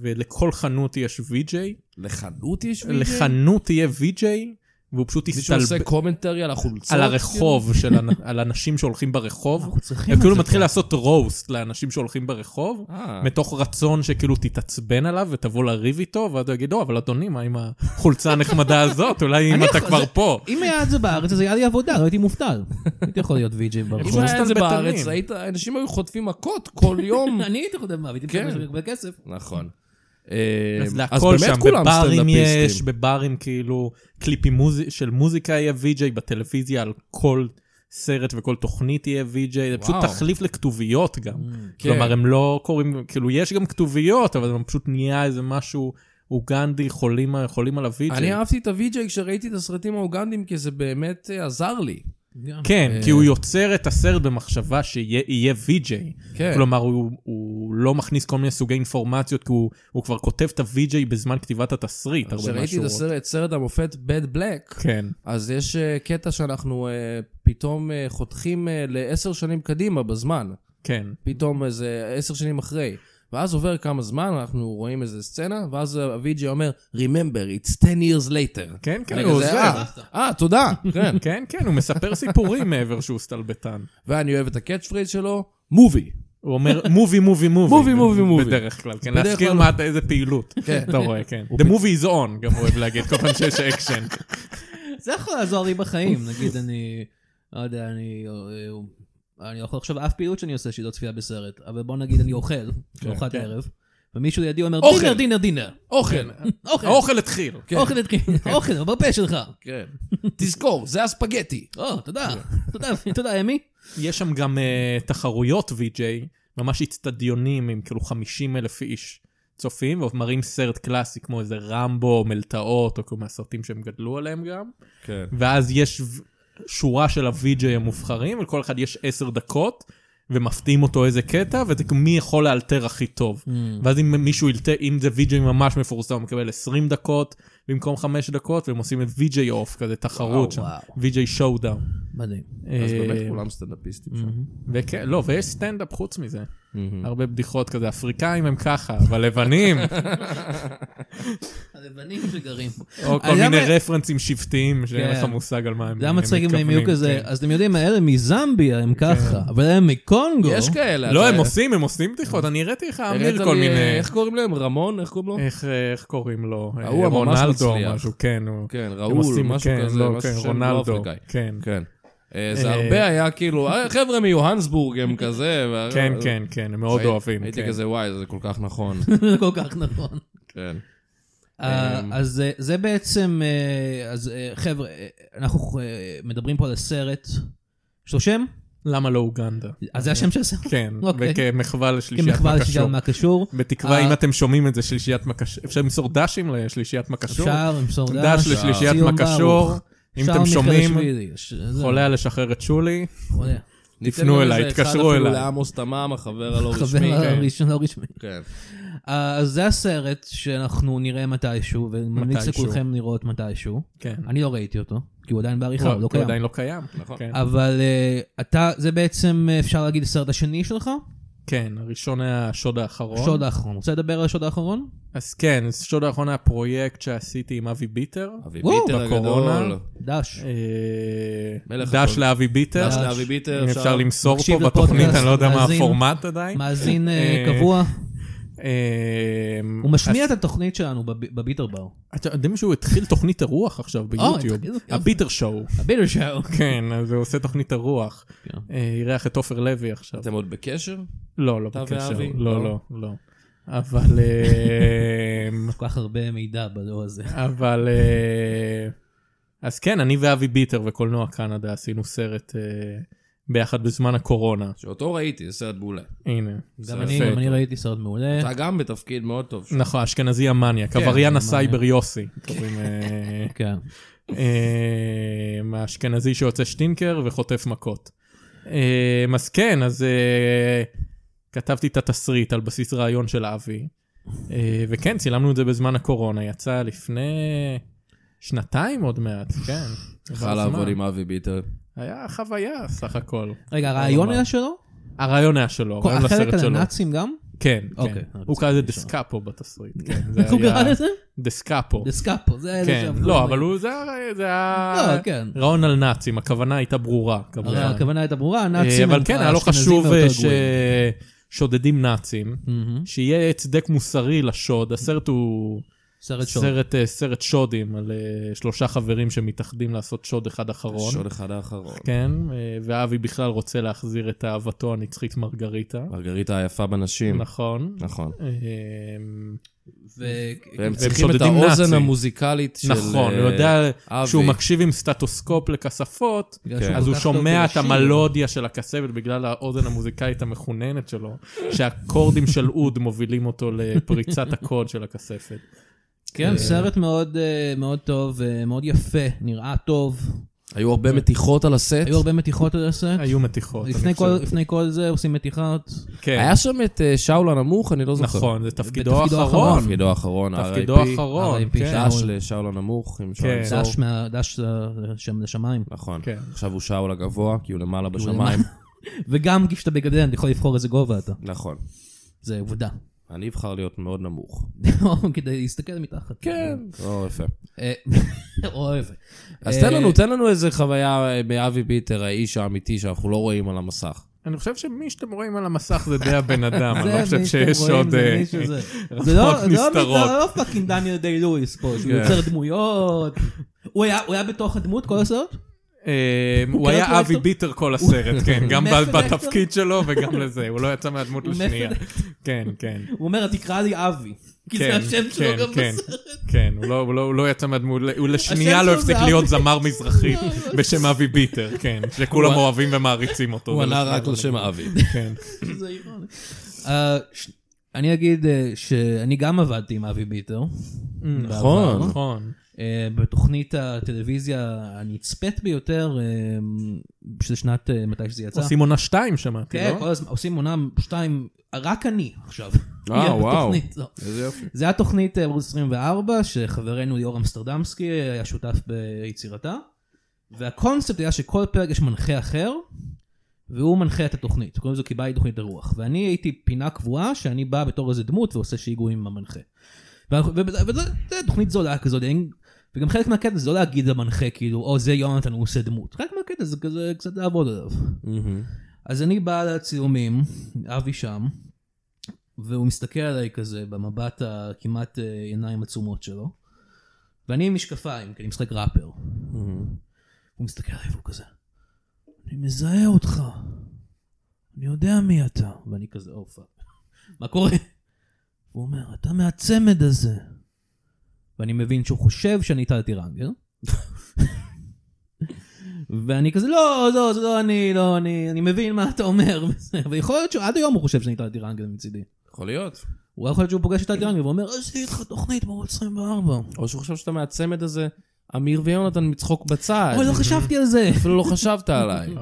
ולכל חנות יש וי.ג'יי,
לחנות יש VJ?
לחנות יהיה וי.ג'יי, והוא פשוט
מישהו עושה
יסתלבט
קומנטרי על החולצות?
על
כאילו?
הרחוב, של הנ- על אנשים שהולכים ברחוב.
אנחנו צריכים
הם
את
כאילו
זה
מתחיל
פה.
לעשות רוסט לאנשים שהולכים ברחוב,
אה,
מתוך רצון שכאילו תתעצבן עליו ותבוא לריב איתו, ואז הוא יגיד, לא, אבל אדוני, מה עם החולצה הנחמדה הזאת? אולי אם
אני
אתה
יכול-
כבר פה.
אם היה את זה בארץ, אז היה לי עבודה, לא הייתי מובטל. הייתי יכול להיות וי.ג'יי ברחוב.
אם היה את זה
מסתלבטנים.
בארץ, היית- אנשים היו חוטפים מכות כל יום.
אני הייתי חותם מוות, הייתי
כן.
משתמש בקבל כסף.
נכון.
אז
אמ,
להכל
באמת
שם,
כולם
בברים יש,
סטנדאפיסטים.
בברים כאילו, קליפים מוז... של מוזיקה יהיה וי.ג'יי, בטלוויזיה על כל סרט וכל תוכנית יהיה וי.ג'יי, זה פשוט
וואו.
תחליף לכתוביות גם.
כן.
כלומר, הם לא קוראים, כאילו, יש גם כתוביות, אבל זה פשוט נהיה איזה משהו אוגנדי, חולים, חולים על
אני
הוי.ג'יי.
אהבתי את הווי-ג'יי כשראיתי את הסרטים האוגנדים, כי זה באמת אה, עזר לי.
כן,
אה,
כי הוא יוצר את הסרט במחשבה שיהיה וי.ג'יי.
כן.
כלומר, הוא, הוא לא מכניס כל מיני סוגי אינפורמציות, כי הוא, הוא כבר כותב את ה-VJ בזמן כתיבת התסריט, הרבה
כשראיתי את
מהשורות.
הסרט, סרט המופת Bad Black,
כן.
אז יש אה, קטע שאנחנו אה, פתאום אה, חותכים אה, לעשר שנים קדימה בזמן.
כן,
פתאום איזה עשר שנים אחרי. ואז עובר כמה זמן, אנחנו רואים איזה סצנה, ואז הוויג'י אומר, Remember, it's 10 years later.
כן, כן,
אני
הוא
כזה,
עוזר.
"אה, אה, תודה, כן.
כן, כן, הוא מספר סיפורים מעבר שהוא סטלבטן.
ואני אוהב את הקאץ' פריז שלו, מובי.
הוא אומר מובי, מובי, מובי.
מובי, מובי, מובי.
בדרך כלל, כן,
בדרך
להזכיר
כלל- לא.
מה אתה, איזה פעילות.
כן.
אתה רואה, כן. The movie is on, גם הוא אוהב להגיד כל פעם שיש אקשן.
זה יכול לעזור לי בחיים, נגיד אני, לא יודע, אני אה, אני לא יכול לחשוב על אף פעילות שאני עושה שהיא לא צפייה בסרט, אבל בוא נגיד אני אוכל, ארוחת
כן.
ערב, ומישהו לידי אומר,
אוכל.
דינר, דינר, דינר,
אוכל.
אוכל,
האוכל התחיל.
כן.
אוכל, התחיל. אוכל, בפה שלך.
כן. תזכור, זה הספגטי.
או, תודה,
כן.
תודה, תודה, אמי.
יש שם גם אה, תחרויות VJ, ממש אצטדיונים עם כאילו 50 אלף איש צופים, ומראים סרט קלאסי כמו איזה רמבו, מלטעות, או כל מהסרטים שהם גדלו עליהם גם.
כן.
ואז יש ו- שורה של ה-VJ המובחרים, ולכל אחד יש עשר דקות, ומפתיעים אותו איזה קטע, וזה כמו מי יכול לאלתר הכי טוב.
Mm.
ואז אם מישהו ילתר, אם זה VJ ממש מפורסם, הוא מקבל 20 דקות במקום 5 דקות, והם עושים את VJ אוף, כזה תחרות שם,
וואו.
VJ שואודאון.
מדהים.
אה,
אז באמת כולם סטנדאפיסטים שם.
וכן, לא, ויש סטנדאפ חוץ מזה. הרבה בדיחות כזה, אפריקאים הם ככה, אבל לבנים,
הלבנים שגרים פה.
או כל
אז
מיני
למה-
רפרנסים שבטיים, שאין
כן.
לך מושג על מה הם הם מתכוונים.
למה צריכים הם יהיו כזה,
כן.
אז אתם יודעים, אלה מזמביה הם ככה, אבל הם מקונגו.
כן. יש כאלה.
לא,
אתה-
הם
אה,
עושים, הם עושים בדיחות, אני הראיתי לך,
הראת
אמיר,
לי, אה,
כל מיני... אה,
איך קוראים להם? רמון? איך קוראים לו?
איך, איך קוראים לו? אה,
ההוא הממש
רונלדו או
מצליח.
משהו, כן, הוא...
כן,
הם
ראול,
עושים-
משהו
כן,
כזה,
לא,
משהו
כן,
שם לא
רונלדו,
אפריקאי.
כן,
כן. אה, זה
אה,
הרבה היה כאילו, "אה, חבר'ה מיוהנסבורג הם כזה. וה-
כן, כן, כן, הם מאוד
שהי-
אוהבים,
הייתי
כן.
כזה, וואי, זה כל כך נכון.
זה כל כך נכון.
כן.
אה,
אמ.
אז אה, זה בעצם, אה, אז אה, חבר'ה, אה, אנחנו אה, מדברים פה על הסרט, יש לו שם?
למה לא אוגנדה?
אז זה השם של הסרט?
כן,
אוקיי.
וכמחווה לשלישיית
כמחווה
מקשור.
לשאלה מה קשור.
בתקווה,
אה.
אם אתם שומעים את זה, שלישיית מקשור, אפשר למסור דשים לשלישיית מקשור?
אפשר למסור
דש לשלישיית
ציון
מקשור,
ברוך,
אם
שאול
אתם שומעים,
מיכאלשווילי, ש- זה-
חולה לשחרר את שולי,
חולה.
ניתן
תפנו
גם
אליי,
איזה אחד
תתקשרו
אפילו
אליי.
לעמוס תמם, החבר הלא רשמי.
חבר
כן.
הראשון לא רשמי.
כן.
אה, אז זה הסרט שאנחנו נראה מתישהו, וממליץ
מתישהו.
לכולכם לראות מתישהו.
כן.
אני לא ראיתי אותו, כי הוא עדיין בעריכה, הוא
הוא
לא
הוא
קיים.
עדיין לא קיים.
נכון.
כן.
אבל אה, אתה, זה בעצם, אה, אפשר להגיד, הסרט השני שלך?
כן, הראשון היה השוד האחרון.
שוד האחרון. רוצה לדבר על השוד האחרון?
אז כן, השוד האחרון היה פרויקט שעשיתי עם אבי ביטר.
אבי
וואו,
ביטר
בקורונה.
הגדול.
דש.
אה,
מלך
דש
הכל.
לאבי ביטר.
דש לאבי ביטר,
אם אפשר
אפשר-
למסור
מקשיב
פה בתוכנית,
לפודקאסט,
אני לא יודע מה
מאזין.
הפורמט עדיין.
מאזין אה,
אה,
קבוע.
אה,
הוא משמיע
אז- אה,
את התוכנית שלנו בב- בביטר בר.
אתה יודעים שהוא התחיל תוכנית הרוח
אה,
עכשיו ביוטיוב.
התחיל, יופי.
הביטר שואו.
הביטר שואו.
כן, אז הוא עושה תוכנית הרוח.
כן.
אה, אירח את עופר לוי עכשיו.
אתם עוד בקשר?
לא, לא
אתה
בקשר.
ואבי?
לא,
לא?
לא, לא. אבל... אה,
כל כך הרבה מידע בדור הזה.
אבל... אה, אז כן, אני ואבי ביטר וקולנוע קנדה עשינו סרט אה, ביחד בזמן הקורונה.
שאותו ראיתי, זה סרט מעולה.
הנה.
גם
זה
אני,
יפה.
גם אני ראיתי סרט מעולה.
אתה גם בתפקיד מאוד טוב.
נכון, אשכנזי המניאק, עבריין
המניאק.
הסייבר יוסי, קוראים... אה,
כן.
אה, האשכנזי שיוצא שטינקר וחוטף מכות. אה, אז כן, אז אה, כתבתי את התסריט על בסיס רעיון של אבי, אה, וכן, צילמנו את זה בזמן הקורונה, יצא לפני שנתיים עוד מעט, כן.
צריכה לעבוד עם אבי ביטר.
היה חוויה סך הכל.
רגע, הרעיון
לא
היה שלו?
הרעיון היה שלו,
כל-
הרעיון
החלק
לסרט
על
שלו.
הנאצים גם?
כן, כן.
אוקיי,
הוא קרא לזה
רציתי לשאול.
דסקאפו בתסריט, כן.
איך הוא קרא לזה?
דסקאפו.
דסקאפו, זה אלה
כן,
שעבדו
לא,
עם-
אבל הוא, זה היה- זה היה...
לא, כן.
רעיון על נאצים, הכוונה הייתה ברורה,
הרי
כמובן.
הכוונה הייתה ברורה,
אה,
הנאצים
אבל כן, היה לו
האשכנזים
חשוב אה,
והאוטו הגויים.
ששודדים נאצים,
מהמם.
שיהיה צדק מוסרי לשוד. הסרט הוא
סרט שוד.
סרט, אה, סרט שודים על אה, שלושה חברים שמתאחדים לעשות שוד אחד אחרון.
שוד אחד האחרון.
כן, אה, ואבי בכלל רוצה להחזיר את אהבתו הנצחית מרגריטה.
מרגריטה היפה בנשים.
נכון. אמ,
נכון.
אה,
ו-
והם
והם
צריכים את
שודדים
האוזן
נאצי.
המוזיקלית של
נכון,
אה,
הוא יודע,
אבי.
כשהוא מקשיב עם סטטוסקופ לכספות,
בגלל שהוא
כן.
כל
אז הוא
כך טוב
שומע את
בשיר.
המלודיה של הכסבת בגלל האוזן המוזיקלית המחוננת שלו, שהאקורדים של אוד מובילים אותו לפריצת הקוד של הכספת. אה,
כן, סרט מאוד אה, מאוד טוב, אה, מאוד יפה, נראה טוב.
היו הרבה מתיחות על הסט.
היו הרבה מתיחות על הסרט.
היו מתיחות.
לפני
אני
כל-
חושב.
לפני כל זה עושים מתיחות.
כן,
היה שם את אה, שאול הנמוך, אני לא זוכר. אה,
נכון, זה תפקידו
בתפקידו
האחרון.
תפקידו האחרון,
תפקידו
RIP.
האחרון,
RIP,
כן.
שם.
דש לשאול הנמוך, אם אפשר
כן.
למסור.
דש מה- דש אה, שם לשמיים.
נכון.
כן.
עכשיו הוא שאול הגבוה, כי הוא למעלה
הוא
בשמיים.
וגם כשאתה בגדל, אתה יכול לבחור איזה גובה אתה.
נכון.
זה עובדה.
אני אבחר להיות מאוד נמוך.
כדי להסתכל מתחת.
כן.
או, יפה.
אה, אוהב.
אז
אה,
תן לנו, תן לנו איזה חוויה אה, מאבי ביטר, האיש האמיתי שאנחנו לא רואים על המסך.
אני חושב שמי שאתם רואים על המסך זה די הבן אדם, אני
זה
לא חושב
מי
שיש
שאתם רואים,
עוד...
זה
אה,
מי שזה. זה לא- זה לא
רפות
מי-
נסתרות.
זה לא פאקינג דניאל דיי לואיס פה, שהוא
כן.
יוצר דמויות. הוא היה- הוא היה בתוך הדמות כל הסרט?
אה, הוא
כן,
היה
הוא
אבי
היה-
ביטר כל הסרט, כן, גם ב-
מפד אקטור?
בתפקיד שלו וגם לזה, הוא לא יצא מהדמות
הוא
לשנייה.
מפד
כן, כן.
הוא אומר, תקרא לי אבי. כי
כן,
זה השם שלו
כן,
גם
כן,
בסרט.
כן, הוא לא- הוא לא- הוא לא יצא מהדמות, הוא לשנייה
השם
לא
שלו זה
הפסיק
אבי.
להיות זמר מזרחי
לא,
בשם אבי ביטר, כן, שכולם
הוא-
אוהבים ומעריצים אותו.
הוא ענה
ולשנייה
רק
לא
לשם
נגיד.
אבי.
כן.
זה אירוני. אה, ש- אני אגיד אה, שאני גם עבדתי עם אבי ביטר.
נכון.
בעבר.
נכון.
אה, בתוכנית הטלוויזיה הנצפית ביותר, אה, שזה שנת, אה, מתי שזה יצא.
עושים עונה שתיים שמעתי,
כן,
לא?
כל הזמן, עושים עונה שתיים, רק אני עכשיו.
אה, וואו.
בתוכנית, לא.
איזה יופי.
זה היה תוכנית אה, ערוץ 24, שחברנו ליאור אמסטרדמסקי היה שותף ביצירתה, והקונספט היה שכל פרק יש מנחה אחר, והוא מנחה את התוכנית, קוראים לזה קיבלתי תוכנית הרוח, ואני הייתי פינה קבועה שאני בא בתור איזה דמות ועושה שיגועים עם המנחה. ואנחנו- ו- ו- וזה זה תוכנית זולה כזאת, אין- וגם חלק מהקטע זה לא להגיד למנחה כאילו, או זה יונתן הוא עושה דמות, חלק מהקטע זה כזה קצת לעבוד עליו. אז אני בא לצילומים, אבי שם, והוא מסתכל עליי כזה במבט הכמעט אה, עיניים עצומות שלו, ואני עם משקפיים, כי אני משחק ראפר. הוא מסתכל עליי והוא כזה, אני מזהה אותך, אני יודע מי אתה. ואני כזה, או פאק, מה קורה? הוא אומר, אתה מהצמד הזה. ואני מבין שהוא חושב שאני טלתי רנגר. ואני כזה, לא, לא, זה לא אני, לא, אני, אני מבין מה אתה אומר. ויכול להיות שעד היום הוא חושב שאני טלתי רנגר מצידי.
יכול להיות.
הוא יכול להיות שהוא פוגש את טלתי רנגר ואומר, עשיתי "אה, איתך תוכנית בערוץ 24.
או שהוא חושב שאתה מהצמד הזה, אמיר ויונתן מצחוק בצד.
אוי, לא חשבתי על זה.
אפילו לא חשבת עליי.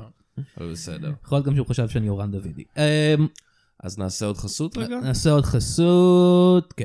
אבל בסדר.
יכול להיות גם שהוא חשב שאני אורן דוידי. כן. אמ,
אז נעשה עוד חסות רגע?
נעשה עוד חסות, כן.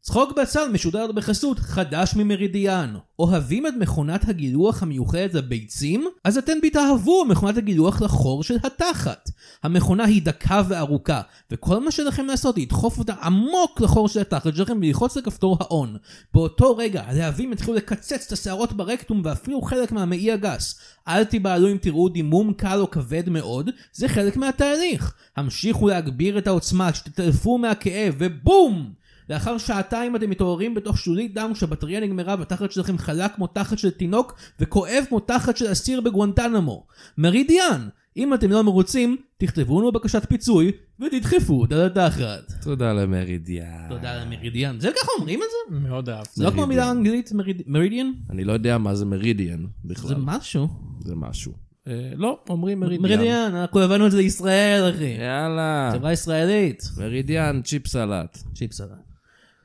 צחוק בצל משודר בחסות חדש ממרידיאן. אוהבים את מכונת הגילוח המיוחדת לביצים? אז אתם בהתאהבו מכונת הגילוח לחור של התחת. המכונה היא דקה וארוכה, וכל מה שלכם לעשות היא לדחוף אותה עמוק לחור של התחת שלכם וללחוץ לכפתור האון. באותו רגע הלהבים יתחילו לקצץ את השערות ברקטום ואפילו חלק מהמעי הגס. אל תיבהלו אם תראו דימום קל או כבד מאוד, זה חלק מהתהליך. המשיכו להגביר את העוצמה, שתטלפו מהכאב, ובום! לאחר שעתיים אתם מתעוררים בתוך שולית דם כשהבטריה נגמרה והתחת שלכם חלה כמו תחת של תינוק וכואב כמו תחת של אסיר בגואנטנמו. מרידיאן, אם אתם לא מרוצים, תכתבו לנו בקשת פיצוי ותדחפו אותה לתחת.
תודה למרידיאן.
תודה למרידיאן. זה ככה אומרים את זה?
מאוד אהבתי.
זה לא כמו מילה אנגלית מריד- מרידיאן?
אני לא יודע מה זה מרידיאן
זה
בכלל.
משהו.
זה משהו. אה, לא, אומרים מרידיאן.
מרידיאן, אנחנו הבאנו את זה לישראל, אחי.
אה. יאללה.
חברה ישראלית.
מרידיאן, צ'יפ סלט.
צ'יפס עליי.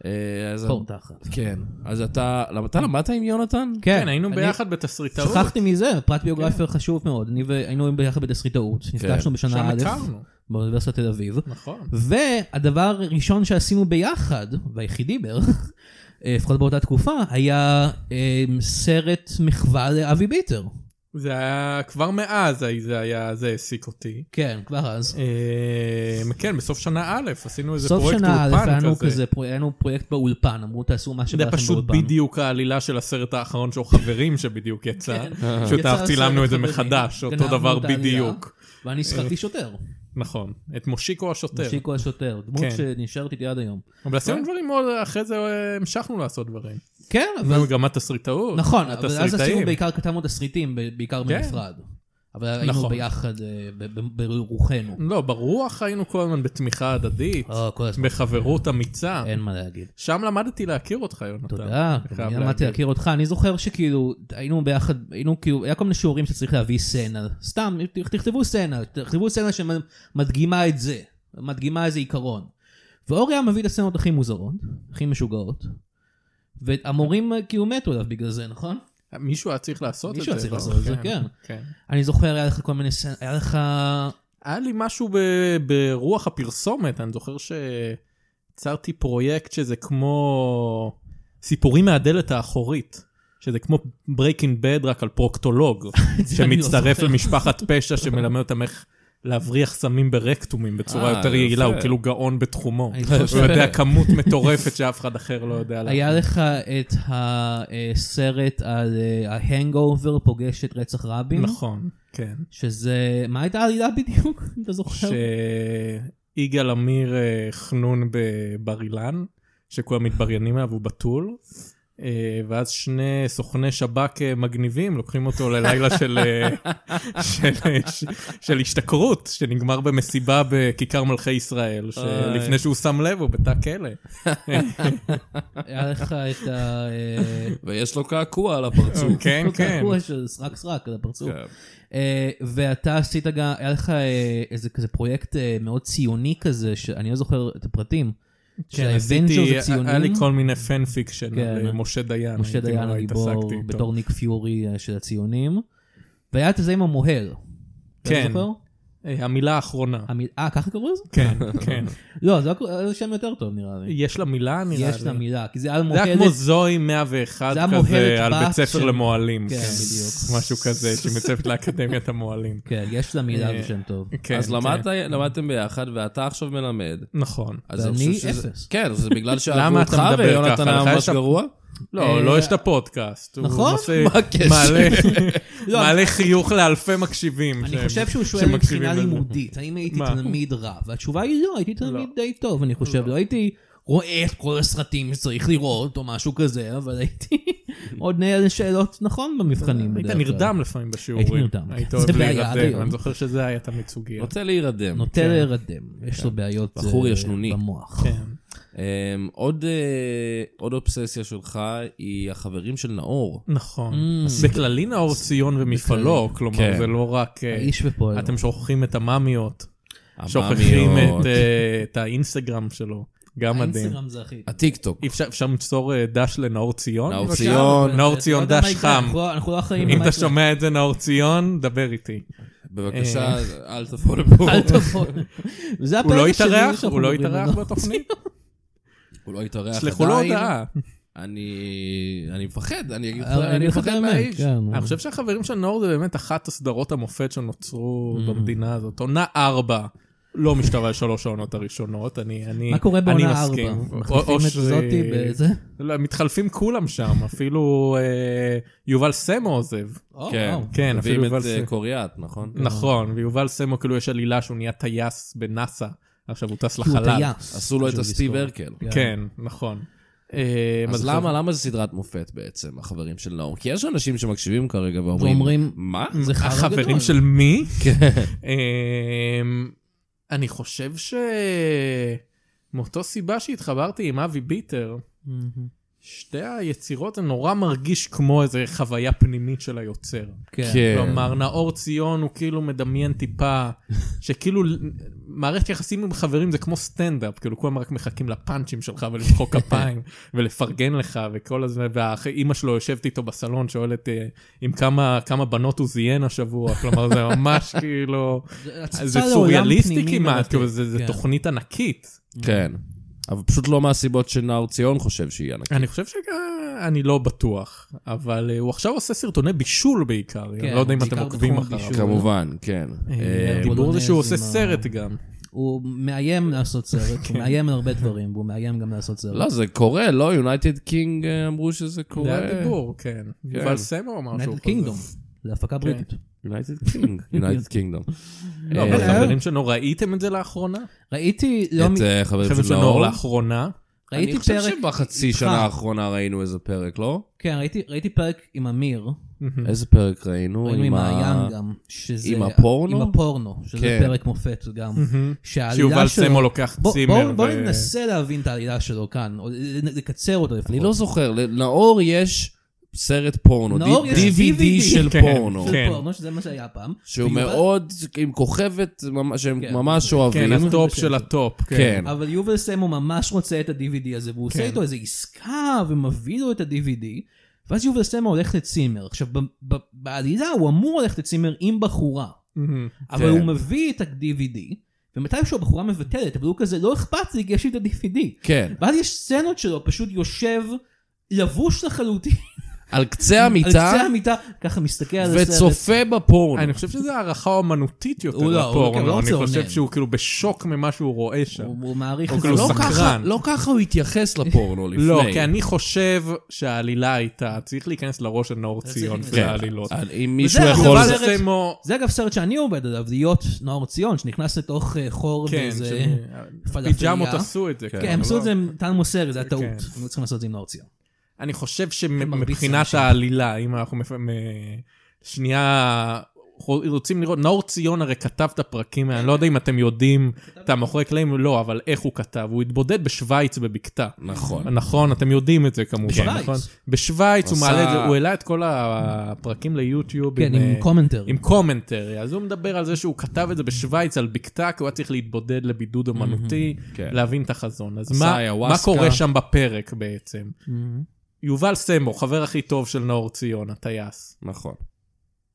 אה, אז-
חור תחת.
כן. אז אתה, למה אתה למדת עם יונתן?
כן, היינו
אני-
ביחד בתסריטאות.
שכחתי מזה,
כן.
פרט ביוגרפיה חשוב מאוד. אני והיינו ביחד בתסריטאות. נפגשנו
שם
בשנה א'
הכרנו.
באוניברסיטת תל אביב.
נכון.
והדבר הראשון שעשינו ביחד, והיחידי בערך, אה, לפחות באותה תקופה, היה אה, סרט מחווה לאבי ביטר.
זה היה כבר מאז הי- זה היה, זה העסיק אותי.
כן, כבר אז.
אמ, כן, בסוף שנה א' עשינו איזה
סוף
פרויקט
שנה א', היה לנו
אולפן כזה.
כזה, פרו- היה לנו פרויקט באולפן, אמרו תעשו מה שבא
זה
לכם באולפן.
פשוט בדיוק העלילה של הסרט האחרון שהוא חברים שבדיוק יצא.
כן.
פשוט
יצא
אף
הסרט
צילמנו את זה
חברים.
מחדש, אותו
גנבנו
דבר
את העלילה,
בדיוק. אה.
ואני שיחקתי שוטר,
נכון, את מושיקו השוטר.
שיקו השוטר, דמות
כן.
שנשארת איתי עד היום.
אבל עשינו דברים מאוד, אחרי זה אה, המשכנו לעשות דברים.
כן, אבל
אבל גם התסריטאות.
נכון, אבל אז
התסריטאים.
עשינו בעיקר, כתבנו תסריטים, ב- בעיקר
כן.
בנפרד. אבל היינו
נכון.
ביחד אה, ב- ב- ברוחנו.
לא, ברוח היינו כל הזמן בתמיכה הדדית,
אה, כל הזמן.
בחברות אמיצה.
אין מה להגיד.
שם למדתי להכיר אותך, יונתן.
תודה,
אני חייב
אני
להגיד.
למדתי להכיר אותך, אני זוכר שכאילו היינו ביחד, היינו כאילו, היה כל מיני שיעורים שצריך להביא סצנה, סתם, תכתבו סצנה, תכתבו סצנה שמדגימה את זה, מדגימה איזה עיקרון. ואורי היה מביא את הסצנות הכי מוזרות, הכי משוגעות, והמורים אה, כאילו מתו עליו בגלל זה, נכון?
מישהו היה צריך לעשות את זה.
מישהו היה צריך
לא?
לעשות את זה, כן. אני זוכר, היה לך כל מיני סצנות, היה לך...
היה לי משהו ב- ברוח הפרסומת, אני זוכר שיצרתי פרויקט שזה כמו סיפורים מהדלת האחורית, שזה כמו breaking bad רק על פרוקטולוג,
את זה אני לא
שמצטרף
זוכר.
למשפחת פשע שמלמד אותם איך להבריח סמים ברקטומים בצורה
אה,
יותר
יפה.
יעילה, הוא כאילו גאון בתחומו.
אני חושב-
הוא יודע כמות מטורפת שאף אחד אחר לא יודע
היה לך את הסרט על אה, ההנגאובר פוגש את רצח רבין?
נכון, כן.
שזה, מה הייתה העלילה בדיוק, אם אתה זוכר?
שיגאל עמיר אה, חנון בבר אילן, שכולם מתבריינים עליו, הוא בתול. אה, ואז שני סוכני שב"כ אה, מגניבים לוקחים אותו ללילה של, אה, של, אה, ש- של השתכרות, שנגמר במסיבה בכיכר מלכי ישראל, שלפני שהוא שם לב הוא בתא כלא.
היה לך את ה... אה,
ויש לו קעקוע על הפרצוף.
כן, כן.
קעקוע של סרק סרק על הפרצוף.
כן.
אה, ואתה עשית גם, היה לך אה, איזה כזה פרויקט אה, מאוד ציוני כזה, שאני לא זוכר את הפרטים.
כן,
שהאבנג'רס
עשיתי,
הציונים,
היה לי כל מיני פן פיקשן
כן.
על אה, משה דיין.
משה
הייתי
דיין
נורא
הגיבור
התעסקתי איתו.
בתור ניק פיורי אה, של הציונים. והיה את זה עם המוהל. אתה
כן.
זוכר?
אה, המילה האחרונה.
המי- אה, ככה קראו לזה?
כן, כן.
לא, זה לא- זה שם יותר טוב נראה לי.
יש לה מילה? נראה
יש
לי.
לה מילה, כי זה היה
זה
מוהלת.
היה כמו זוהי 101
זה היה מוהלת
כזה, על בית
בת
ספר
של-
למוהלים.
כן,
כן,
בדיוק.
משהו כזה, שמצפת לאקדמיית המוהלים.
כן, יש לה מילה
אה,
בשם טוב.
כן,
אז
כן.
למדת- למדתם ביחד, ואתה עכשיו מלמד.
נכון.
אז
ואני
חושב שזה-
אפס.
כן, זה בגלל שאהבו
למה
אותך
אתה מדבר
ויונתן
ככה?
היה
לך
ממש
יש הפ-
גרוע?
לא,
אה,
לא יש את הפודקאסט. הוא
נכון?
עושה-
מה הקשר?
מעלה-
לא,
מעלה חיוך לאלפי מקשיבים.
אני
שהם-
חושב שהוא שואל
שמקשיבים
מבחינה
לזה.
לימודית, האם הייתי
מה?
תלמיד רע? והתשובה היא לא, הייתי תלמיד די טוב, אני חושב. לא הייתי רואה את כל הסרטים שצריך לראות או משהו כזה, אבל הייתי עונה על שאלות נכון במבחנים.
היית
בדרך כלל.
נרדם לפעמים בשיעורים.
הייתי נרדם,
היית
כן.
אוהב
זה בעיה עד
להירדם.
היום.
אני זוכר שזה היה תמיד סוגיה.
רוצה להירדם.
נוטה להירדם, יש לו בעיות
בחור
אה,
ישנוני.
במוח.
כן.
אמ, עוד אה, עוד אובססיה שלך היא החברים של נאור.
נכון.
Mm.
אז בכללי נאור ציון ומפעלו, כלומר
כן.
זה לא רק... אה,
האיש ופועל.
אתם שוכחים את המאמיות,
המאמיות,
שוכחים את, אה, את האינסטגרם שלו, גם מדהים.
האינסטגרם זה הכי...
הטיקטוק.
אי אפשר אפשר למסור אה, דש לנאור ציון?
נאור
בבקשה?
ציון.
נאור
אתה
ציון
יודע מה
דש
יקרה,
חם.
אנחנו לא- אנחנו לא אחראים.
אם
למה
אתה
יקרה.
שומע את זה, נאור ציון, דבר איתי.
בבקשה,
אה,
אל תבוא לפה.
אל תבוא. זה
הוא
הפרק
לא
השני
התארח?
שאנחנו
הוא לא
מדברים
התארח
עליו.
בתוכנית?
הוא לא יתארח עדיין.
שלחו לו הודעה. אה,
אני אני מפחד, אני אגיד לך,
אבל
אני
אגיד לך את
מפחד
האמת,
מהאיש.
כן.
אני חושב שהחברים של נאור זה באמת אחת הסדרות המופת שנוצרו במדינה הזאת. עונה ארבע. לא משתווה לשלוש העונות הראשונות, אני אני-
מה קורה
אני
בעונה
מסכים.
ארבע?
או-
מחליפים
או
את
ש-
זאתי בזה?
לא, מתחלפים כולם שם, אפילו אה, יובל סמו עוזב.
כן,
וואו.
כן, אפילו
מביאים
יובל
את אה,
סמו.
קוריאט, נכון?
נכון, ויובל סמו כאילו יש עלילה שהוא נהיה טייס בנאסא, עכשיו הוא טס לחלל.
הוא טייס.
עשו לו את
חשוב
הסטיב
לזכור.
הרקל.
כן, נכון. אה,
אז
מדריך-
למה, למה זה סדרת מופת בעצם, החברים של נאור? כי יש אנשים שמקשיבים כרגע ואומרים,
ואומרים,
מה?
זה חרא גדול.
החברים של מי?
כן.
אמ, אני חושב ש... מאותו סיבה שהתחברתי עם אבי ביטר, שתי היצירות זה נורא מרגיש כמו איזה חוויה פנימית של היוצר.
כן.
כן.
כלומר, נאור ציון הוא כאילו מדמיין טיפה, שכאילו מערכת יחסים עם חברים זה כמו סטנדאפ, כאילו כולם רק מחכים לפאנצ'ים שלך ולמחוא כפיים ולפרגן לך וכל הזמן, והאימא שלו יושבת איתו בסלון, שואלת אה, עם כמה, כמה בנות הוא זיין השבוע, כלומר זה ממש כאילו,
זה הצצה
זה
לעולם
סוריאליסטי
פנימי
כמעט,
מרתק.
כאילו זה, זה
כן.
תוכנית ענקית.
Mm.
כן. אבל פשוט לא מהסיבות שנאור ציון חושב שהיא ענקית.
אני חושב שאני לא בטוח, אבל אה, הוא עכשיו עושה סרטוני בישול בעיקר, אני
כן,
לא יודע אם
הוא
אתם
בעיקר
עוקבים
בתחום
אחריו.
הבישול.
כמובן, כן.
אה,
אה,
הדיבור זה שהוא עושה
בולונז עם ה-
סרט גם.
הוא מאיים לעשות סרט, הוא מאיים על הרבה דברים, והוא מאיים גם לעשות סרט.
לא, זה קורה, לא? יונייטד קינג אמרו שזה קורה.
זה הדיבור, כן. יובל סמו אמר שהוא
נטל
חוזר.
קינגדום, זה הפקה בריטית.
יונייטד קינג, יונייטד קינגדום.
לא,
אה,
אבל
אה,
חברים שלנו, ראיתם את זה לאחרונה?
ראיתי, לא מ-
את אה, חברים
חברים
של
שלנו
נאור.
לאחרונה.
ראיתי
אני חושב
פרק,
שבחצי
איתך.
שנה האחרונה ראינו איזה פרק, לא?
כן, ראיתי- ראיתי פרק עם אמיר,
איזה פרק ראינו?
Mm. ראינו עם
ה-
הים גם, שזה...
עם הפורנו?
עם הפורנו, שזה
כן.
פרק מופת גם. שהעלילה
שיובל
שלו-
סמו לוקח
בוא-
צימר
בואו- בואו
ו-
ננסה להבין את העלילה שלו כאן, או לקצר אותה לפחות.
אני לא זוכר, לנאור יש סרט פורנו,
נאור
ד-
יש
DVD
DVD.
של
כן,
פורנו,
כן.
של פורנו, שזה מה שהיה פעם.
שהוא
ויובל-
מאוד עם כוכבת ממש- שהם
כן.
ממש
כן,
אוהבים.
הטופ של הטופ.
כן.
אבל יובל סמו ממש רוצה את ה-DVD הזה, והוא עושה
כן.
איתו איזו עסקה ומביא לו את ה-DVD, ואז יובל סמו הולך לצימר. עכשיו, ב- ב- בעלילה הוא אמור ללכת לצימר עם בחורה,
מהמם.
אבל
כן.
הוא מביא את ה-DVD, ומתישהו הבחורה מבטלת, אבל הוא כזה, לא אכפת לי, כי יש לי את ה-DVD.
כן.
ואז יש סצנות שלו, פשוט יושב לבוש לחלוטין.
על קצה
על
המיטה,
קצה המיטה, ככה מסתכל על הסרט.
וצופה בפורנו.
אני חושב שזו הערכה אומנותית יותר
הוא לא- הוא גם לא
לפורנו, אני
רוצה
חושב
אונן.
שהוא כאילו בשוק ממה שהוא רואה שם.
הוא הוא מעריך
כן. הוא
את זה.
כאילו
לא
סקרן.
ככה- לא ככה הוא התייחס לפורנו לפני.
לא, כי אני חושב שהעלילה הייתה, צריך להיכנס לראש של נאור
צריך
ציון
להיכנס.
כן.
והעלילות.
אם מישהו
וזה
יכול...
הדבר-
זה כמו...
זה אגב סרט שאני עובד עליו, זה יוט נוער ציון, שנכנס לתוך אה, חור
כן,
באיזה... פלאפליה.
פיג'מות עשו את זה.
כן, הם עשו את זה עם טל מוסרי, זה היה טעות.
כן.
הם היו צריכים לעשות את זה עם נוער ציון.
אני חושב
מרביץ
שמבחינת
לאנשים.
העלילה, אם אנחנו מפ- מ- שנייה רוצים לראות, נאור ציון הרי כתב את הפרקים, אני לא יודע אם אתם יודעים את המאחורי קלעים, לא, אבל איך הוא כתב, הוא התבודד בשוויץ בבקתה.
נכון.
נכון, אתם יודעים את זה כמובן,
בשוויץ?
נכון? בשוויץ הוא
עשה-
מעלה את זה, הוא העלה את כל הפרקים ליוטיוב
כן, עם
אה,
קומנטר.
עם קומנטרי, אז הוא מדבר על זה שהוא כתב את זה בשוויץ על בקתה, כי הוא היה צריך להתבודד לבידוד אומנותי,
כן.
להבין את החזון. אז
עשה
מה- מה
איוואסקה.
קורה שם בפרק בעצם? יובל סמו, חבר הכי טוב של נאור ציון, הטייס,
נכון.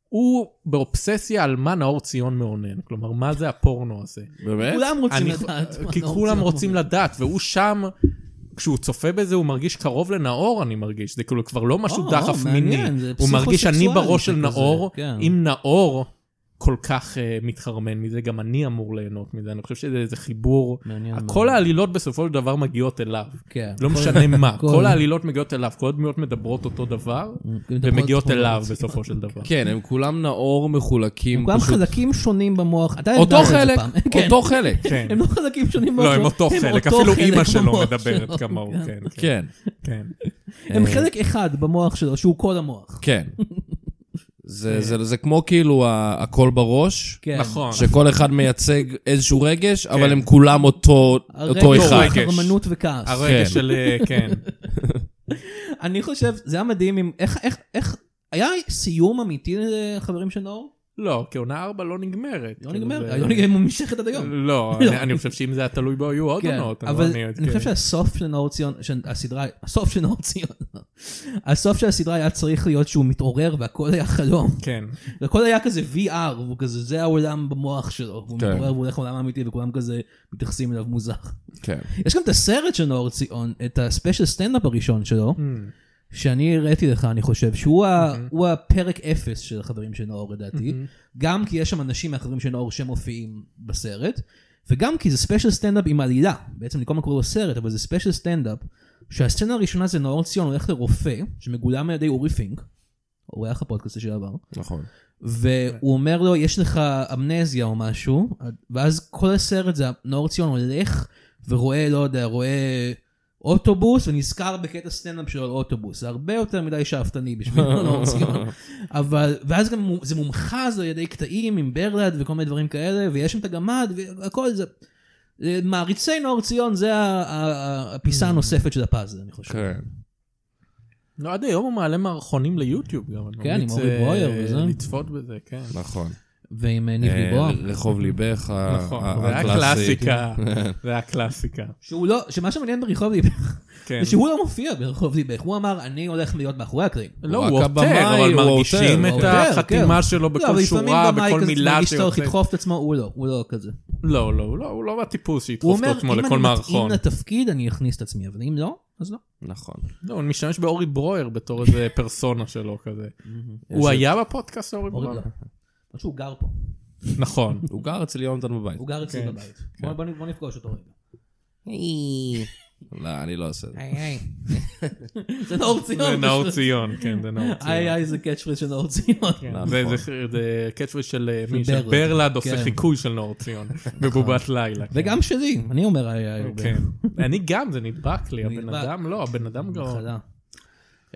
הוא באובססיה על מה נאור ציון מאונן, כלומר, מה זה הפורנו הזה?
באמת?
כולם רוצים
אני-
לדעת. מה
כי
נאור
כולם
ציון
רוצים
אומר.
לדעת, והוא שם, כשהוא צופה בזה, הוא מרגיש קרוב לנאור, אני מרגיש. זה כאילו כבר לא משהו
או,
דחף
מעניין,
מיני.
זה
הוא מרגיש אני
פסיכוסקסואלי
בראש של
שכזה,
נאור,
כן.
אם נאור כל כך אה, מתחרמן מזה, גם אני אמור ליהנות מזה. אני חושב שזה איזה חיבור.
מעניין מאוד.
כל העלילות בסופו של דבר מגיעות אליו.
כן.
לא משנה מה,
כל-
כל העלילות מגיעות אליו, כל הדמויות מדברות אותו דבר, ומגיעות אליו בסופו של דבר.
כן, הם כולם נאור
הם
מחולקים.
כולם
פשוט-
חלקים שונים במוח. אתה
אותו
ידעת את זה
חלק,
פעם. כן.
אותו חלק.
כן.
הם לא חלקים שונים במוח.
לא, הם אותו
הם
חלק,
אותו
אפילו
חלק
אימא שלו
במוח
מדברת
שלו.
כמוהו, כן. כן.
כן,
כן.
הם חלק אחד במוח שלו, שהוא כל המוח.
כן. זה- זה זה כמו כאילו ה- הכל בראש,
כן.
נכון. כן.
שכל אחד מייצג איזשהו רגש, אבל הם כולם אותו
לא,
אותו
הרגש
אחד.
של חרמנות וכעס.
הרגע
כן.
של, אה, כן.
אני חושב, זה היה מדהים עם איך, איך, איך, היה סיום אמיתי לחברים של נאור?
לא, כי עונה 4 לא נגמרת.
לא
כאילו,
נגמר,
זה-
לא נגמר, היא ממשיכת עד היום.
לא, אני- אני חושב שאם זה היה תלוי בו, היו עוד
כן,
עונות.
אבל
אני-
אני חושב
כן.
שהסוף של נאור ציון, של הסדרה, הסוף של נאור ציון, הסוף של הסדרה היה צריך להיות שהוא מתעורר והכל היה חלום.
כן.
והכל היה כזה VR, והוא כזה, זה העולם במוח שלו. והוא
כן.
מתעורר והוא הולך לעולם האמיתי וכולם כזה מתייחסים אליו מוזר.
כן.
יש גם את הסרט של נאור ציון, את הספיישל סטנדאפ הראשון שלו,
Mm,
שאני הראיתי לך, אני חושב, שהוא ה- הוא הפרק אפס של החברים של נאור, לדעתי.
mm.
גם כי יש שם אנשים מהחברים של נאור שמופיעים בסרט, וגם כי זה ספיישל סטנדאפ עם עלילה. בעצם אני כל הזמן קורא לו סרט, אבל זה ספיישל סטנדאפ, שהסצנה הראשונה זה נאור ציון הולך לרופא, שמגולם על ידי אורי פינק, אורח הפודקאסט לשעבר.
נכון.
והוא אומר לו, יש לך אמנזיה או משהו, ואז כל הסרט זה, נאור ציון הולך ורואה, לא יודע, רואה אוטובוס, ונזכר בקטע סטנדאפ שלו על אוטובוס. זה הרבה יותר מדי שאפתני בשביל נאור ציון. אבל, ואז גם מו- זה מומחז על ידי קטעים עם ברלד וכל מיני דברים כאלה, ויש שם את הגמד, והכל זה... מעריצי נאור ציון זה ה- ה- ה- הפיסה הנוספת של הפאזל, אני חושב.
Mm. כן.
לא, עד היום הוא מעלה מערכונים ליוטיוב גם. אני
כן,
ממליץ,
עם אורי
אה,
ברויר וזה.
לצפות בזה, כן.
נכון.
ועם אה, ניב
אה,
ליבו.
רחוב ליבך, ה-
נכון,
ה-
זה היה
הקלאסי.
קלאסיקה. זה היה קלאסיקה.
שהוא לא, שמה שמעניין ברחוב ליבך,
כן.
זה שהוא לא מופיע ברחוב ליבך, הוא אמר, אני הולך להיות מאחורי הקלעים.
לא,
רק
הוא עותר,
הבמאי,
אבל
הוא
מרגישים
עותר,
את
הוא עותר,
החתימה
כן.
שלו
לא, אבל
בכל
לפעמים
שורה,
במאי
בכל
כזה
מילה
מרגיש צורך
שיוצאת.
לדחוף את עצמו, הוא לא, הוא לא כזה.
לא, לא, הוא לא- הוא לא הטיפוס
הוא
שידחוף את
אומר,
עצמו
אם
לכל
אני מתאים
מערכון.
לתפקיד, אני אכניס את עצמי, אבל אם לא, אז לא.
נכון.
לא, הוא משתמש באורי ברויר בתור איזה פרסונה שלו כזה. הוא
אה,
יש
היה בפודקאסט אורי
אורי
ברויר?
בלאו. למרות שהוא גר פה,
נכון.
הוא גר אצל יונתן בבית.
הוא גר אצלי
כן.
בבית. בוא- בוא בוא נפגוש אותו רגע.
לא, אני לא עושה את זה.
היי היי. זה נאור ציון.
זה נאור
פשוט.
ציון, כן, זה נאור
היי
ציון.
היי זה קאצ' פריז של נאור ציון.
כן,
נכון.
זה- זה- זה קטשוויז של אה, מי? של
ברלד,
ברלד עושה
כן. נכון.
חיקוי של נאור ציון, בבובת לילה. כן.
וגם שלי, אני אומר היי היי. הרבה.
כן. אני גם, זה נדבק לי, הבן
נדבק.
אדם לא, הבן אדם גאון.
מחלה.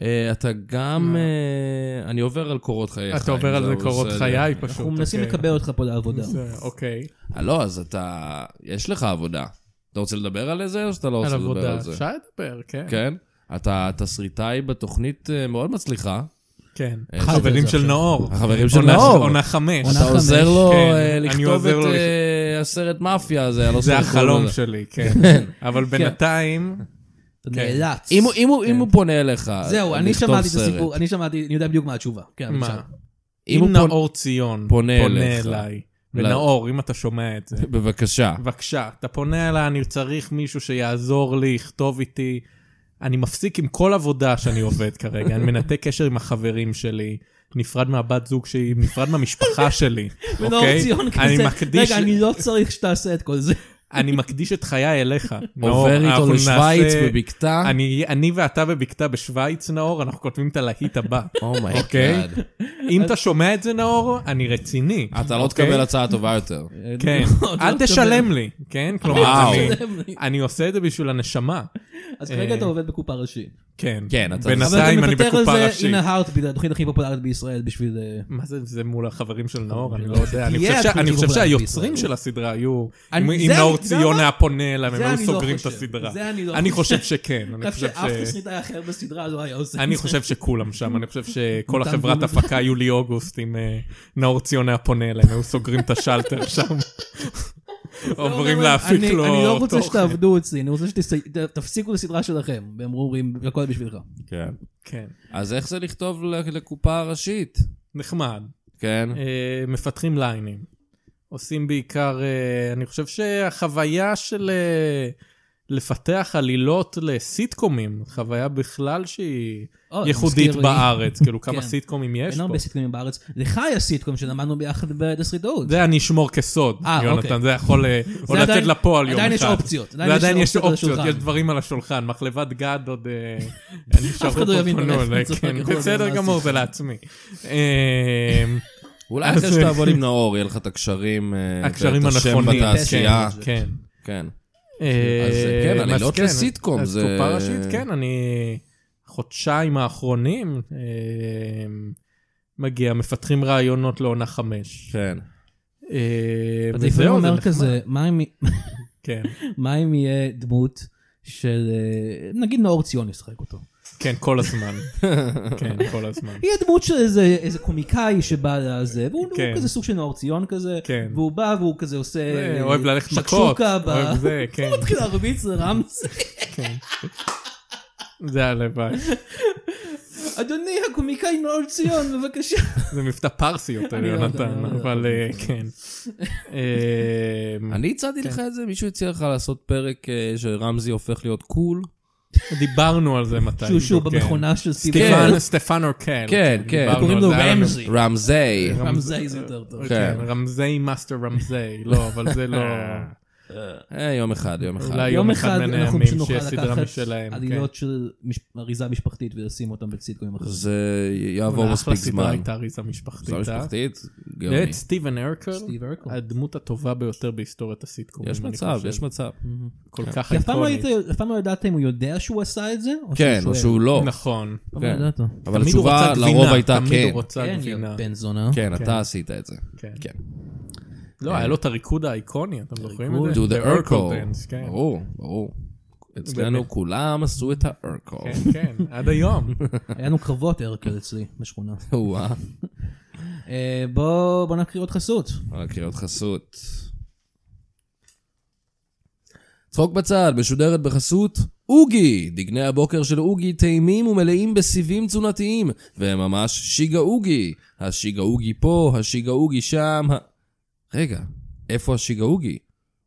אה, אתה גם... אה, אני עובר על קורות חייך.
אתה עובר על
אם
זה
בסדר.
קורות חיי פשוט.
לא אנחנו מנסים
אוקיי.
לקבל אותך פה לעבודה.
זה- אוקיי.
אה, לא, אז אתה... יש לך עבודה. אתה רוצה לדבר על זה או שאתה לא
על
רוצה לדבר
עבודה,
על זה?
אפשר לדבר, כן.
כן? אתה תסריטאי בתוכנית אה, מאוד מצליחה.
כן.
אה,
חברים
זה
של
עכשיו.
נאור.
החברים של
אה, עונה-
נאור.
עונה חמש.
עונה
אתה
חמש.
עוזר לו
כן,
אה,
אני
לכתוב
עוזר
את
לו לש-
אה, הסרט מאפיה הזה. אני לא
זה
זוכר איך קוראים
החלום
לזה.
שלי, כן. אבל בינתיים,
אתה
כן.
נאלץ.
אם הוא- אם הוא- אם הוא פונה אליך,
זהו, אני
לכתוב
שמעתי את
סרט.
הסיפור, אני שמעתי, אני יודע בדיוק מה התשובה. כן, אבל
מה?
בסדר.
אם
אם
הוא פונה-
נאור ציון
פונה
פונה
אליך.
אליי,
לא.
ונאור, אם אתה שומע את זה,
בבקשה.
בבקשה, אתה פונה אליי, אני צריך מישהו שיעזור לי, יכתוב איתי. אני מפסיק עם כל עבודה שאני עובד כרגע, אני מנתק קשר עם החברים שלי, נפרד מהבת זוג שלי, נפרד מהמשפחה שלי,
ונאור
אוקיי?
ציון
אני
כזה,
מקדיש-
לא
כן.
רגע, אני לא צריך שתעשה את כל זה.
אני מקדיש את חיי אליך. נאור,
עובר איתו
אנחנו
לשוויץ
נעשה-
בבקתה.
אני- אני ואתה בבקתה בשוויץ, נאור, אנחנו כותבים את הלהיט הבא.
Oh
אוקיי.
אומייגאד.
אוקיי.
אם אתה שומע את זה, נאור, אני רציני.
אתה לא
אוקיי?
תקבל הצעה טובה יותר.
כן,
לא,
אל
לא
תשלם לי, כן? כלומר,
וואו.
אני-
תשלם לי.
אני עושה את זה בשביל הנשמה.
אז כרגע
אה,
אתה עובד בקופה ראשית.
כן.
כן, אתה-
אבל אתה
בינתיים אני
מוותר על
בקופה
זה
ראשית.
in a heartbeat, התוכנית הכי פופולרית בישראל בשביל... אה,
מה זה, זה מול החברים של
אוקיי.
נאור? אני לא יודע. אני
תהיה
חושב שה-
התוכנית
אני חושב
פופולרית
שהיוצרים
בישראל.
של הסדרה היו...
אני-
אם
זה
אם
אני-
נאור
זה
ציון
מה?
היה פונה אליהם, הם
זה
היו
אני לא
סוגרים את
חושב.
הסדרה.
זה אני לא
אני
חושב.
חושב שכן. אני חושב
שאף
ש...
תסריטאי אחר בסדרה לא היה עושה
אני
את זה.
חושב שכולם שם, אני חושב שכל
מוטב
החברת
ולא-
הפקה יולי אוגוסט, אם אה, נאור ציון היה פונה אליהם, היו סוגרים את השלטר שם. עוברים
ואומרים,
להפיק
"אני-
לו
אני לא רוצה
תוכן.
שתעבדו אצלי, אני רוצה שתפסיקו את הסדרה שלכם. והם אומרים, הכל בשבילך.
כן.
כן,
אז איך זה לכתוב ל- לקופה הראשית?
נחמד.
כן.
אה, מפתחים ליינים. עושים בעיקר, אה, אני חושב שהחוויה של אה, לפתח עלילות לסיטקומים, חוויה בכלל שהיא
או,
ייחודית
לא, מזכיר לי-
בארץ, כאילו כמה
כן.
סיטקומים יש
אין
פה.
הרבה סיטקומים בארץ. לך היה סיטקום שלמדנו ביחד בתסריטאות.
זה אני אשמור כסוד,
אה,
יונתן,
אוקיי.
זה יכול אה, עוד לצאת
עדיין-
לפועל יום אחד.
עדיין יש אופציות.
זה עדיין יש
על
אופציות,
השולחן.
יש דברים על השולחן, מחלבת גד עוד... אה, נשארו
אחד לא
פה
יבין
פנוי,
באמת, זה
כן,
יכול להיות
בסדר
מעשי.
גמור, זה לעצמי. אה,
אולי אחרי
אז-
שתעבוד עם נאור, יהיה לך את הקשרים, אה, ואת
הקשרים
השם
הנכונים.
בתעשייה.
כן, כן.
כן.
אה,
אז כן,
אז
עלילות
כן,
לסיטקום,
אז
זה-
קופה ראשית, כן, אני... חודשיים האחרונים אה, מגיע, מפתחים רעיונות לעונה חמש.
כן.
אה,
אתה
וזהו, זה
לפעמים אומר
נחמד.
כזה, מה אם-
כן,
מה אם יהיה דמות של, אה, נגיד נאור ציון ישחק אותו.
כן, כל הזמן. כן, כל הזמן.
יהיה דמות של איזה, איזה קומיקאי שבא לזה, והוא
כן.
הוא כזה סוג של נאור ציון כזה,
כן.
והוא בא והוא כזה עושה
אה,
אה,
אוהב ללכת מכות,
שקשוקה, ב-
אוהב זה, כן.
הוא מתחיל להרביץ לרמז,
זה הלוואי.
אדוני הקומיקאי נאור ציון בבקשה.
זה מבטא פרסי יותר,
אני לא יודע,
יונתן,
אני לא יודע.
אבל אה, כן. אה,
אני הצעתי לך את זה, מישהו הציע לך לעשות פרק אה, שרמזי הופך להיות קול?
דיברנו על זה מתי.
שהוא שהוא
כן.
במכונה של סטיבן,
סטפן- סטפן אורקל.
כן, כן.
דיברנו
קוראים
על
לו
זה, היה לנו-
רמזי,
רמזי.
רמזי זה יותר טוב.
כן,
כן.
רמזי מאסטר רמזי, לא, אבל זה לא...
אה, יום אחד, יום אחד.
אולי
יום אחד
מן
אנחנו
הימים
פשוט נוכל
שיש סדרה
לקחת
משלהם,
עלילות של מש- אריזה משפחתית ולשים אותם בסיטקומים אחרים.
זה יעבור
אבל
מספיק
אחלה סדרה
זמן.
הייתה אריזה משפחתית.
זו משפחתית? גאוני.
באמת, סטיבן ארקל,
סטיב הרקל.
הדמות הטובה ביותר בהיסטוריית הסיטקומים.
יש
אני
מצב,
חושב.
יש מצב. כן.
כל כך
כי אף פעם לא
איקונית.
היית- אף פעם לא ידעת אם הוא יודע שהוא עשה את זה, או
כן, או שהוא לא.
נכון.
אף פעם לא
כן.
ידעת.
אבל
תמיד הוא
התשובה
רצה
לרוב
גבינה,
הייתה
תמיד
כן.
הוא רצה
כן,
גבינה.
יא בן זונה.
כן,
כן.
אתה עשית את זה.
כן.
כן.
אה,
לא, היה לו את הריקוד האיקוני, אתם זוכרים את זה?
Do the
Urkel
ארקו.
dance, כן.
ברור, ברור. אצלנו
באמת.
כולם עשו את הארקו.
כן, כן, עד היום.
היה לנו קרבות הרקל אצלי בשכונה.
וואו,
אה, בוא בוא נקריא עוד חסות.
על הקריאות חסות. צחוק בצד, משודרת בחסות אוגי! דגני הבוקר של אוגי טעימים ומלאים בסיבים תזונתיים, והם ממש שיגה אוגי. השיגה אוגי פה, השיגה אוגי שם. ה... רגע, איפה השיגה אוגי?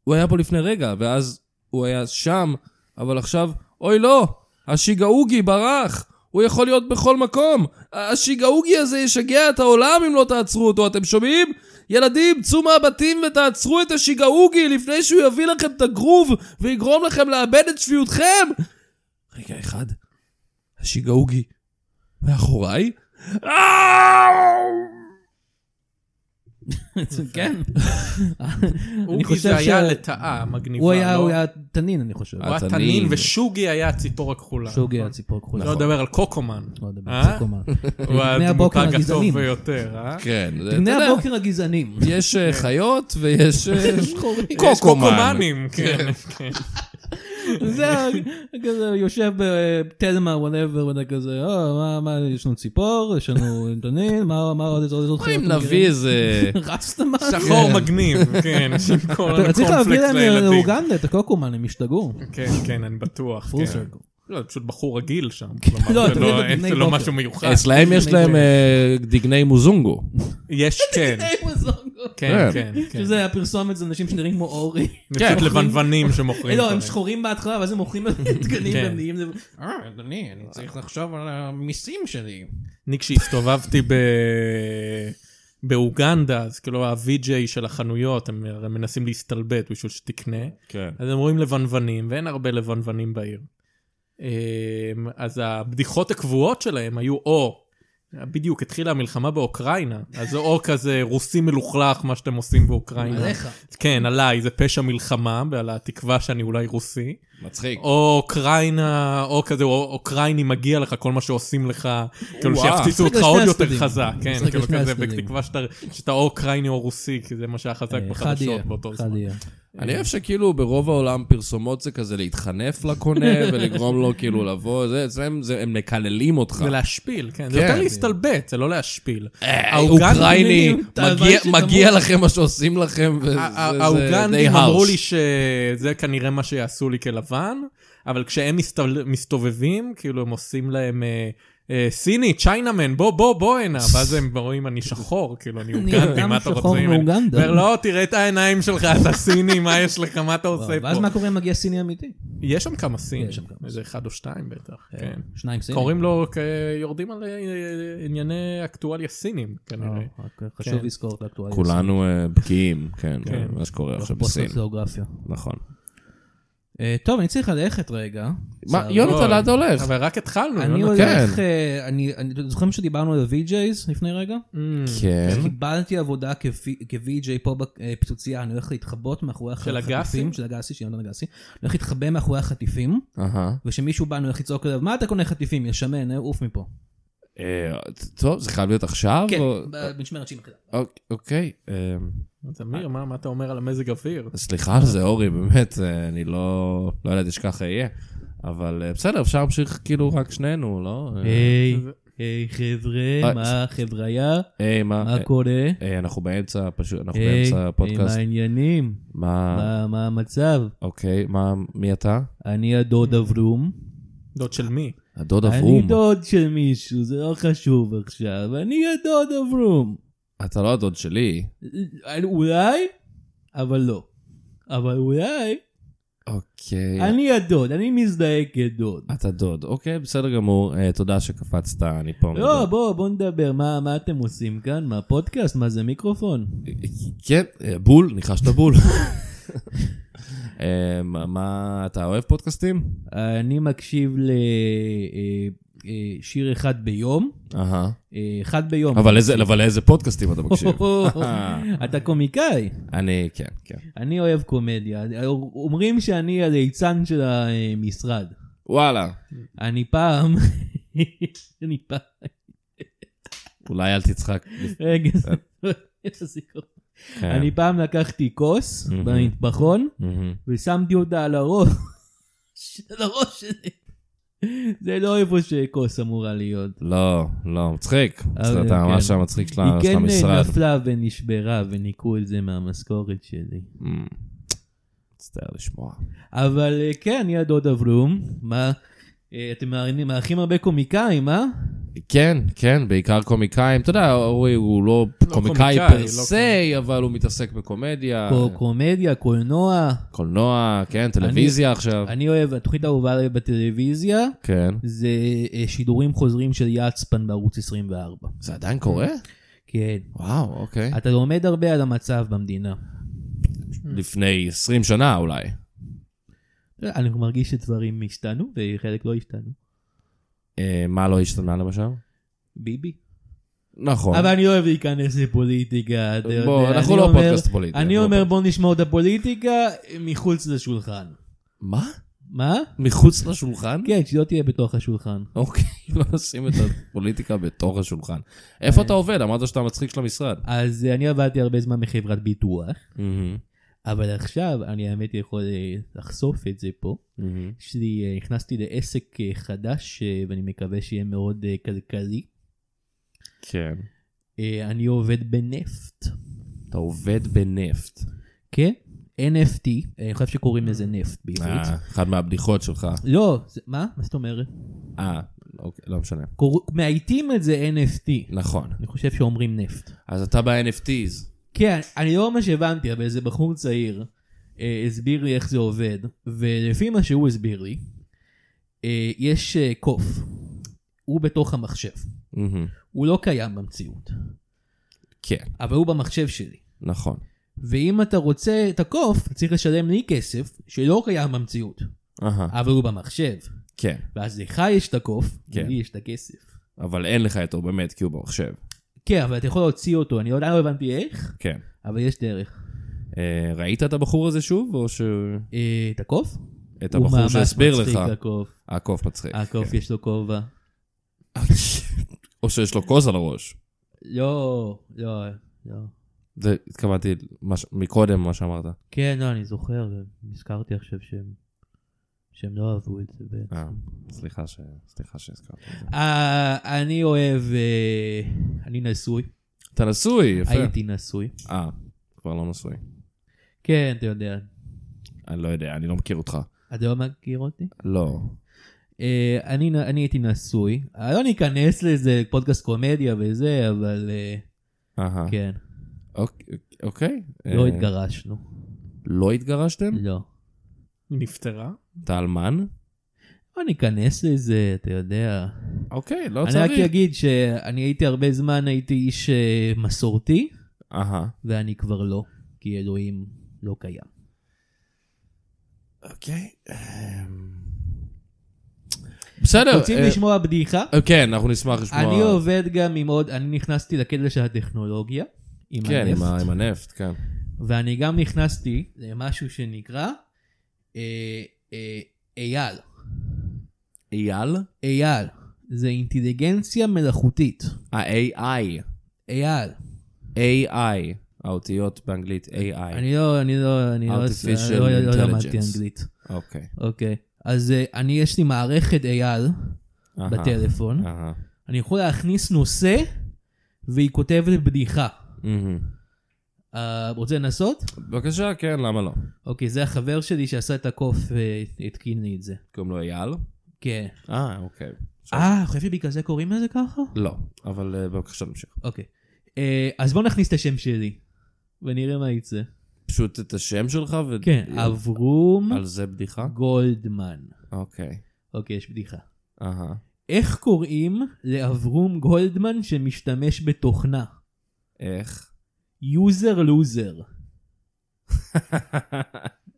הוא היה פה לפני רגע, ואז הוא היה שם, אבל עכשיו, אוי לא! השיגה אוגי ברח! הוא יכול להיות בכל מקום! השיגה אוגי הזה ישגע את העולם אם לא תעצרו אותו, אתם שומעים? ילדים, צאו מהבתים ותעצרו את השיגה אוגי לפני שהוא יביא לכם את הגרוב ויגרום לכם לאבד את שפיותכם! רגע אחד, השיגה אוגי מאחוריי?
כן. אני
אוגי
חושב
זה היה
ש-
לטאה מגניבה,
הוא היה-
לא?
הוא היה תנין, אני חושב.
הוא היה
התנין.
תנין, ושוגי היה הציפור הכחולה.
שוגי הציפור כחולה.
לא לדבר על קוקומן.
לא יודע,
אה?
זה קומה.
הוא
דגני
הדמות
הבוקר
הטוב
הגזענים.
ביותר, אה?
כן, זה-
דגני
אתה יודע,
הבוקר הגזענים.
יש אה, חיות ויש... אה,
שחורים.
קוקומן.
יש קוקומנים, כן. כן.
זה ה- כזה יושב בתלמה וואטאבר ואתה כזה "אה, מה- מה יש לנו ציפור יש לנו תנין מה מה עוד איזה עוד איזה
מה אם
חיות אתם
נביא איזה...
אה,
מכירים?" רסת מה?
שחור מגניב, כן, יש עם כל
אתה צריך להביא
הקורנפלקס
להם
לילדים.
לאוגנדה את הקוקומן הם השתגעו.
כן, כן, אני בטוח.
פול
כן.
סרקל.
לא, זה פשוט בחור רגיל שם. כלומר,
לא,
זה
אתה
לא-
מבין,
אין-
דגני
זה לא
בוקר.
משהו מיוחד.
אצלהם יש להם אה, דגני אה, מוזונגו.
יש, כן.
היי, מוזונגו.
כן,
כן.
כן, כן.
שזה הפרסומת זה אנשים שנראים כמו אורי.
פשוט
אוכלים-
לבנוונים שמוכרים.
לא, הם
דברים.
שחורים בהתחלה, ואז הם אוכלים דגנים
כן.
והם נהיים... זה-
אה, אדוני, אני צריך לחשוב על המיסים שלי.
אני כשהסתובבתי ב... באוגנדה, אז כאילו ה-VJ של החנויות, הם הרי מנסים להסתלבט בשביל שתקנה.
כן.
אז הם רואים לבנוונים, ואין הרבה לבנוונים בעיר. אמ, אז הבדיחות הקבועות שלהם היו או, בדיוק התחילה המלחמה באוקראינה, אז זה או כזה רוסי מלוכלך, מה שאתם עושים באוקראינה.
עליך.
כן, עליי, זה פשע מלחמה, ועל התקווה שאני אולי רוסי.
מצחיק.
או אוקראינה, או כזה, או אוקראיני מגיע לך, כל מה שעושים לך, כאילו
וואו.
שיפציצו
משחק
אותך
לשני
עוד יותר
הצדדים.
חזק, כן,
משחק
כאילו
לשני
כזה,
הצדדים.
בתקווה שאתה- שאתה או אוקראיני או רוסי, כי זה מה שהיה חזק
אה, אחד יהיה,
בחדשות באותו
אחד
זמן.
יהיה.
אני אוהב שכאילו ברוב העולם פרסומות זה כזה להתחנף לקונה ולגרום לו כאילו לבוא, זה אצלם, זה- הם מקללים אותך.
זה להשפיל, כן. זה
כן.
יותר להסתלבט, זה לא להשפיל.
אה,
האוגנדים-
אוקראיני,
אתה
מגיע-
הבנת
מגיע לכם מה שעושים לכם, וזה
הא-
זה די
אה, האוגנדים
harsh.
אמרו לי שזה כנראה מה שיעשו לי כלבן, אבל כשהם מסתל- מסתובבים, כאילו הם עושים להם... אה, אה, סיני, צ'יינמן, בוא, בוא, בוא הנה. ואז הם רואים, אני שחור, כאילו, אני
אני
אוגנדי,
אדם
מה אתה רוצה
שחור
ממני?
מאוגנדה.
אומר, לא, תראה את העיניים שלך, אתה סיני, מה יש לך, מה אתה עושה פה?
ואז מה קורה אם מגיע סיני אמיתי?
יש שם כמה סינים,
יש שם כמה
איזה אחד או שתיים בטח, כן.
שניים סינים.
קוראים לו, כ- יורדים על אה, אה, ענייני אקטואליה סינים, כנראה.
אה, רק
כן.
חשוב לזכור את האקטואליה. לא
כולנו אה, בקיאים, כן,
כן.
מה שקורה עכשיו
אנחנו
בסין.
פוסט-גיאוגרפיה.
נכון.
אה, טוב, אני צריך ללכת רגע.
מה, כן.
צער.
יונתן, לאן אתה הולך?
לא, אבל רק התחלנו.
אני
לא?
הולך, אה, אני, אני- אתם זוכרים שדיברנו על VJs לפני רגע?
Mm.
כן.
קיבלתי עבודה כ-VJ פה בפיצוצייה, אני הולך להתחבות מאחורי הח-
של
החטיפים.
הגסי?
של הגסי, של יונתן הגסי. אני הולך להתחבא מאחורי החטיפים,
אהה.
ושמישהו בא, אני הולך לצעוק עליו, מה אתה קונה חטיפים? יש שמן, אה, עוף מפה.
אה, טוב, זה חייב להיות עכשיו?
כן,
או-
במשמרת שהיא מתחילה.
אוק- אוקיי. אה,
תמיר, מה מה אתה אומר על המזג אוויר?
סליחה על זה, אורי, באמת, אה, אני לא לא ידעתי שככה יהיה. אבל אה, בסדר, אפשר להמשיך כאילו רק שנינו, לא? אה,
היי,
זה-
היי
אה,
חבר'ה, מה חבריה?
היי, מה?
מה
אה,
קורה?
אה, אנחנו באמצע, פשוט, אנחנו
היי,
באמצע
מה
הפודקאסט.
העניינים?
מה?
מה- מה המצב?
אוקיי, מה, מי אתה?
אני הדוד
אה.
אברום.
דוד של מי?
הדוד
אני
אברום.
דוד של מישהו, זה לא חשוב עכשיו, אני הדוד אברום.
אתה לא הדוד שלי.
אה, אולי, אבל לא. אבל אולי,
אוקיי.
אני הדוד, אני מזדהה כדוד.
אתה דוד. אוקיי, בסדר גמור. אה, תודה שקפצת, אני פה.
לא, בוא, בוא נדבר, מה מה אתם עושים כאן? מה פודקאסט? מה זה מיקרופון?
כן, אה, בול, ניחשת בול. אה, מה- מה, אתה אוהב פודקאסטים?
אני מקשיב לשיר אחד ביום.
אהה.
אה, אחד ביום.
אבל אה. איזה- אבל איזה פודקאסטים אתה מקשיב?
אתה קומיקאי.
אני, כן, כן.
אני אוהב קומדיה. אומרים שאני הליצן של המשרד.
וואלה,
אני פעם... אני פעם...
אולי אל תצחק.
רגע, זה לא יחזיק אותי.
כן.
אני פעם לקחתי כוס
Mhm.
במטבחון
מהמם.
ושמתי אותה על הראש. על הראש שלי. זה לא איפה שכוס אמורה להיות.
לא, לא, מצחיק.
אבל
אתה
כן.
ממש המצחיק של
היא
ה- של
כן
המשרד.
נפלה ונשברה וניקו את זה מהמשכורת שלי.
אמ, מצטער לשמוע.
אבל אה, כן, אני הדוד אברום. מה? אה, אתם מארחים- מארחים הרבה קומיקאים, אה?
כן, כן, בעיקר קומיקאים. אתה יודע, אורי הוא לא קומיקאי
קומיקאי,
פר
לא
סי, אבל הוא מתעסק בקומדיה,
קו- קומדיה, קולנוע.
קולנוע, כן, טלוויזיה עכשיו.
אני אוהב, התוכנית האהובה עליי בטלוויזיה
כן.
זה אה, שידורים חוזרים של יצפן בערוץ 24.
זה עדיין קורה?
כן.
וואו, אוקיי.
אתה לומד הרבה על המצב במדינה.
לפני 20 שנה אולי.
אני מרגיש שדברים השתנו וחלק לא השתנו.
אה, מה לא השתנה למשל?
ביבי.
נכון.
אבל אני אוהב להיכנס לפוליטיקה, אתה יודע.
בוא, אנחנו
אני
לא
אומר-
פודקאסט פוליטי.
אני
אנחנו לא
אומר
פודקאסט.
בוא נשמור את הפוליטיקה מחוץ לשולחן.
מה?
מה?
מחוץ לשולחן?
כן, שלא תהיה בתוך השולחן.
אוקיי, לא נשים את הפוליטיקה בתוך השולחן. איפה אתה עובד? אמרת שאתה המצחיק של המשרד.
אז אה, אני עבדתי הרבה זמן בחברת ביטוח,
מהמם,
אבל עכשיו אני האמת יכול אה, לחשוף את זה פה.
מהמם.
יש לי, אה, נכנסתי לעסק אה, חדש, אה, ואני מקווה שיהיה מאוד אה, כלכלי.
כן.
אה, אני עובד בנפט.
אתה עובד בנפט.
כן? NFT, אה, אני חושב שקוראים לזה נפט בעברית.
אה, אחת מהבדיחות שלך.
לא, זה- מה? מה זאת אומרת?
אה, אוקיי, לא משנה.
קור- מאייתים את זה NFT.
נכון.
אני חושב שאומרים נפט.
אז אתה ב-NFTs.
כן, אני לא ממש הבנתי, אבל איזה בחור צעיר אה, הסביר לי איך זה עובד, ולפי מה שהוא הסביר לי, אה, יש אה, קוף, הוא בתוך המחשב,
מהמם.
הוא לא קיים במציאות,
כן,
אבל הוא במחשב שלי.
נכון.
ואם אתה רוצה את הקוף, אתה צריך לשלם לי כסף שלא קיים במציאות,
אהה,
אבל הוא במחשב.
כן,
ואז לך יש את הקוף,
כן.
ולי יש את הכסף.
אבל אין לך אותו באמת, כי הוא במחשב.
כן, אבל אתה יכול להוציא אותו, אני עדיין לא הבנתי איך,
כן.
אבל יש דרך.
אה, ראית את הבחור הזה שוב, או ש...
אה, את הקוף?
את הבחור שהסביר
הוא ממש
לך? כן.
מצחיק הקוף.
הקוף כן. מצחיק.
הקוף יש לו כובע.
או שיש לו כוס על הראש.
לא, לא, לא.
זה התכוונתי מה ש- מקודם, מה שאמרת.
כן, לא, אני זוכר, נזכרתי עכשיו שהם... שהם לא אהבו את זה בעצם.
אה, סליחה ש... סליחה שהזכרתי את זה.
אה, אני אוהב... אה, אני נשוי.
אתה נשוי, יפה.
הייתי נשוי.
אה, כבר לא נשוי.
כן, אתה יודע.
אני לא יודע, אני לא מכיר אותך.
אתה לא מכיר אותי?
לא.
אה, אני, נ- אני הייתי נשוי. אה, לא ניכנס לזה, פודקאסט קומדיה וזה, אבל אה,
אהה.
כן,
אוק- אוקיי.
לא
אה,
התגרשנו.
לא התגרשתם?
לא.
היא נפטרה?
אתה אלמן?
לא ניכנס לזה, אתה יודע.
אוקיי, לא
אני רק
צריך.
אגיד שאני הייתי הרבה זמן, הייתי איש אה, מסורתי,
אהה.
ואני כבר לא, כי אלוהים לא קיים.
אוקיי. בסדר.
רוצים
אה,
לשמוע בדיחה?
אה, כן, אנחנו נשמח לשמוע.
אני עובד גם עם עוד, אני נכנסתי לקטע של הטכנולוגיה, עם
כן, עם ה-
הנפט,
עם הנפט, כן.
ואני גם נכנסתי למשהו שנקרא אה, אה, אייל.
אייל?
אייל, זה אינטליגנציה מלאכותית.
ה-AI.
אייל.
AI. האותיות באנגלית AI.
אני לא, אני לא, אני לא,
Artificial
לא- לא לא למדתי
Intelligence.
אנגלית.
אוקיי.
אוקיי. אז אה, אני, יש לי מערכת אייל
אהה. אה.
בטלפון.
אהה.
אני יכול להכניס נושא, והיא כותבת בדיחה.
מהמם.
אה, רוצה לנסות?
בבקשה, כן, למה לא?
אוקיי, זה החבר שלי שעשה את הקוף, אה, התקין לי את זה.
קוראים לו אייל?
כן.
אה, אוקיי.
אה, חושב שבגלל זה קוראים לזה ככה?
לא, אבל אה, בבקשה נמשיך.
אוקיי. אה, אז בואו נכניס את השם שלי, ונראה מה יצא.
פשוט את השם שלך ו...
כן, אברום
על זה בדיחה?
גולדמן.
אוקיי.
אוקיי, יש בדיחה.
אהה.
איך קוראים לאברום גולדמן שמשתמש בתוכנה?
איך?
יוזר לוזר.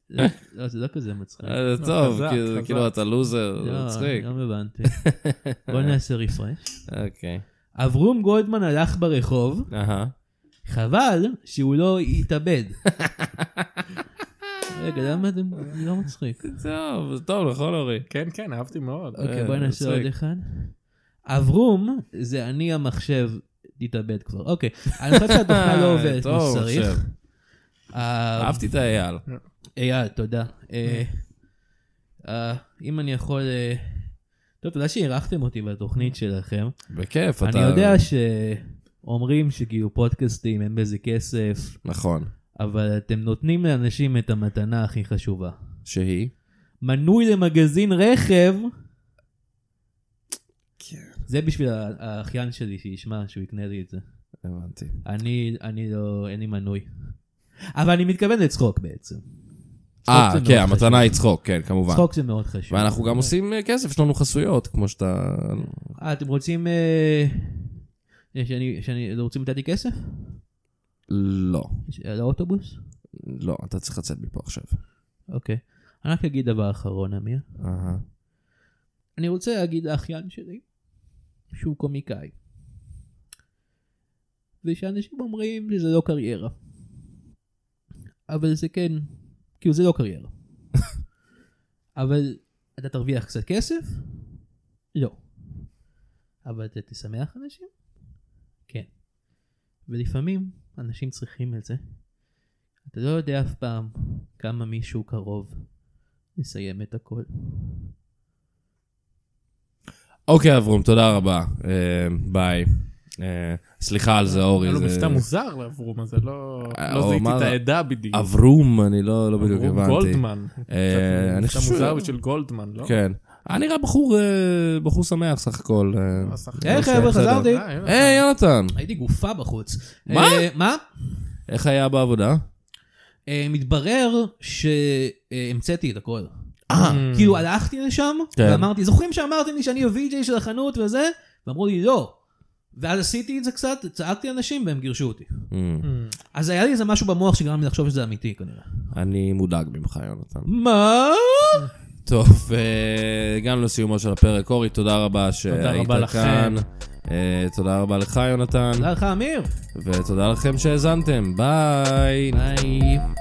לא, לא, זה לא כזה מצחיק.
אה, זה טוב,
חזק,
כאילו-
חזק.
כאילו אתה לוזר, זה
לא,
מצחיק.
לא הבנתי. בוא נעשה רפרש.
אוקיי.
אברום גולדמן הלך ברחוב,
אהה.
חבל שהוא לא התאבד. רגע, למה זה זה לא מצחיק?
טוב, זה טוב, נכון אורי?
כן, כן, אהבתי מאוד.
אוקיי,
אה,
בוא נעשה
מצחיק.
עוד אחד. אברום זה אני המחשב, תתאבד כבר. אוקיי, אני חושב שהתוכנה לא עובדת כמו
טוב,
שצריך.
מחשב.
אה,
אהבתי את האייל.
אייל, תודה. אה, אה, אם אני יכול... אה, טוב, תודה שאירחתם אותי בתוכנית שלכם.
בכיף, אתה...
אני יודע שאומרים שכאילו פודקאסטים אין בזה כסף,
נכון.
אבל אתם נותנים לאנשים את המתנה הכי חשובה.
שהיא?
מנוי למגזין רכב.
כן.
זה בשביל ה- האחיין שלי שישמע, שהוא יקנה לי את זה.
הבנתי.
אני, אני לא, אין לי מנוי. אבל אני מתכוון לצחוק בעצם. צחוק
אה,
זה
כן,
מאוד
המתנה היא צחוק, כן, כמובן.
צחוק זה מאוד חשוב.
ואנחנו גם עושים אה, כסף, יש לנו חסויות, כמו שאתה...
אה, אתם רוצים... אה, שאני, שאני, אתם רוצים לתת לי כסף? אה,
לא.
ש- על האוטובוס?
לא, אתה צריך לצאת מפה עכשיו.
אוקיי. אני רק אגיד דבר אחרון, אמיר.
אהה.
אני רוצה להגיד לאחיין שלי, שהוא קומיקאי, זה שאנשים אומרים שזה לא קריירה. אבל זה כן, כאילו זה לא קריירה. אבל אתה תרוויח קצת כסף? לא. אבל אתה תשמח אנשים? כן. ולפעמים אנשים צריכים את זה. אתה לא יודע אף פעם כמה מישהו קרוב לסיים את הכל.
אוקיי, אברום, תודה רבה. אה, ביי. אה, סליחה על זה, אורי.
היה לו
זה-
מבטא מוזר לאברום הזה, לא
אה,
לא
הוא
זיהיתי
אמר-
את העדה בדיוק.
אברום, אני לא לא בדיוק
אברום
הבנתי. אה,
גולדמן.
אני
מבטא
חושב
מוזר
שהוא-
של גולדמן, לא?
כן. היה נראה בחור אה, בחור שמח סך הכל. אה.
השחקן.
היי חבר'ה,
בסדר.
חזרתי.
אה, הנה.
היי, יונתן.
הייתי גופה בחוץ.
מה?
אה, מה?
איך היה בעבודה?
אה, מתברר שהמצאתי את הכל.
אה,
כאילו הלכתי לשם,
Hmm. כן.
ואמרתי, זוכרים שאמרתם לי שאני ה-VJ של החנות וזה? ואמרו לי, לא. ואז עשיתי את זה קצת, צעקתי לאנשים והם גירשו אותי.
Mm.
אה.
אז היה לי איזה משהו במוח שגרם לי לחשוב שזה אמיתי כנראה.
אני מודאג ממך, יונתן.
מה?
טוב, אה, הגענו לסיומו של הפרק. אורי, תודה רבה שהיית
רבה לכם.
כאן. אה, תודה רבה לך, יונתן.
תודה לך, אמיר.
ותודה לכם שהאזנתם. ביי.
ביי.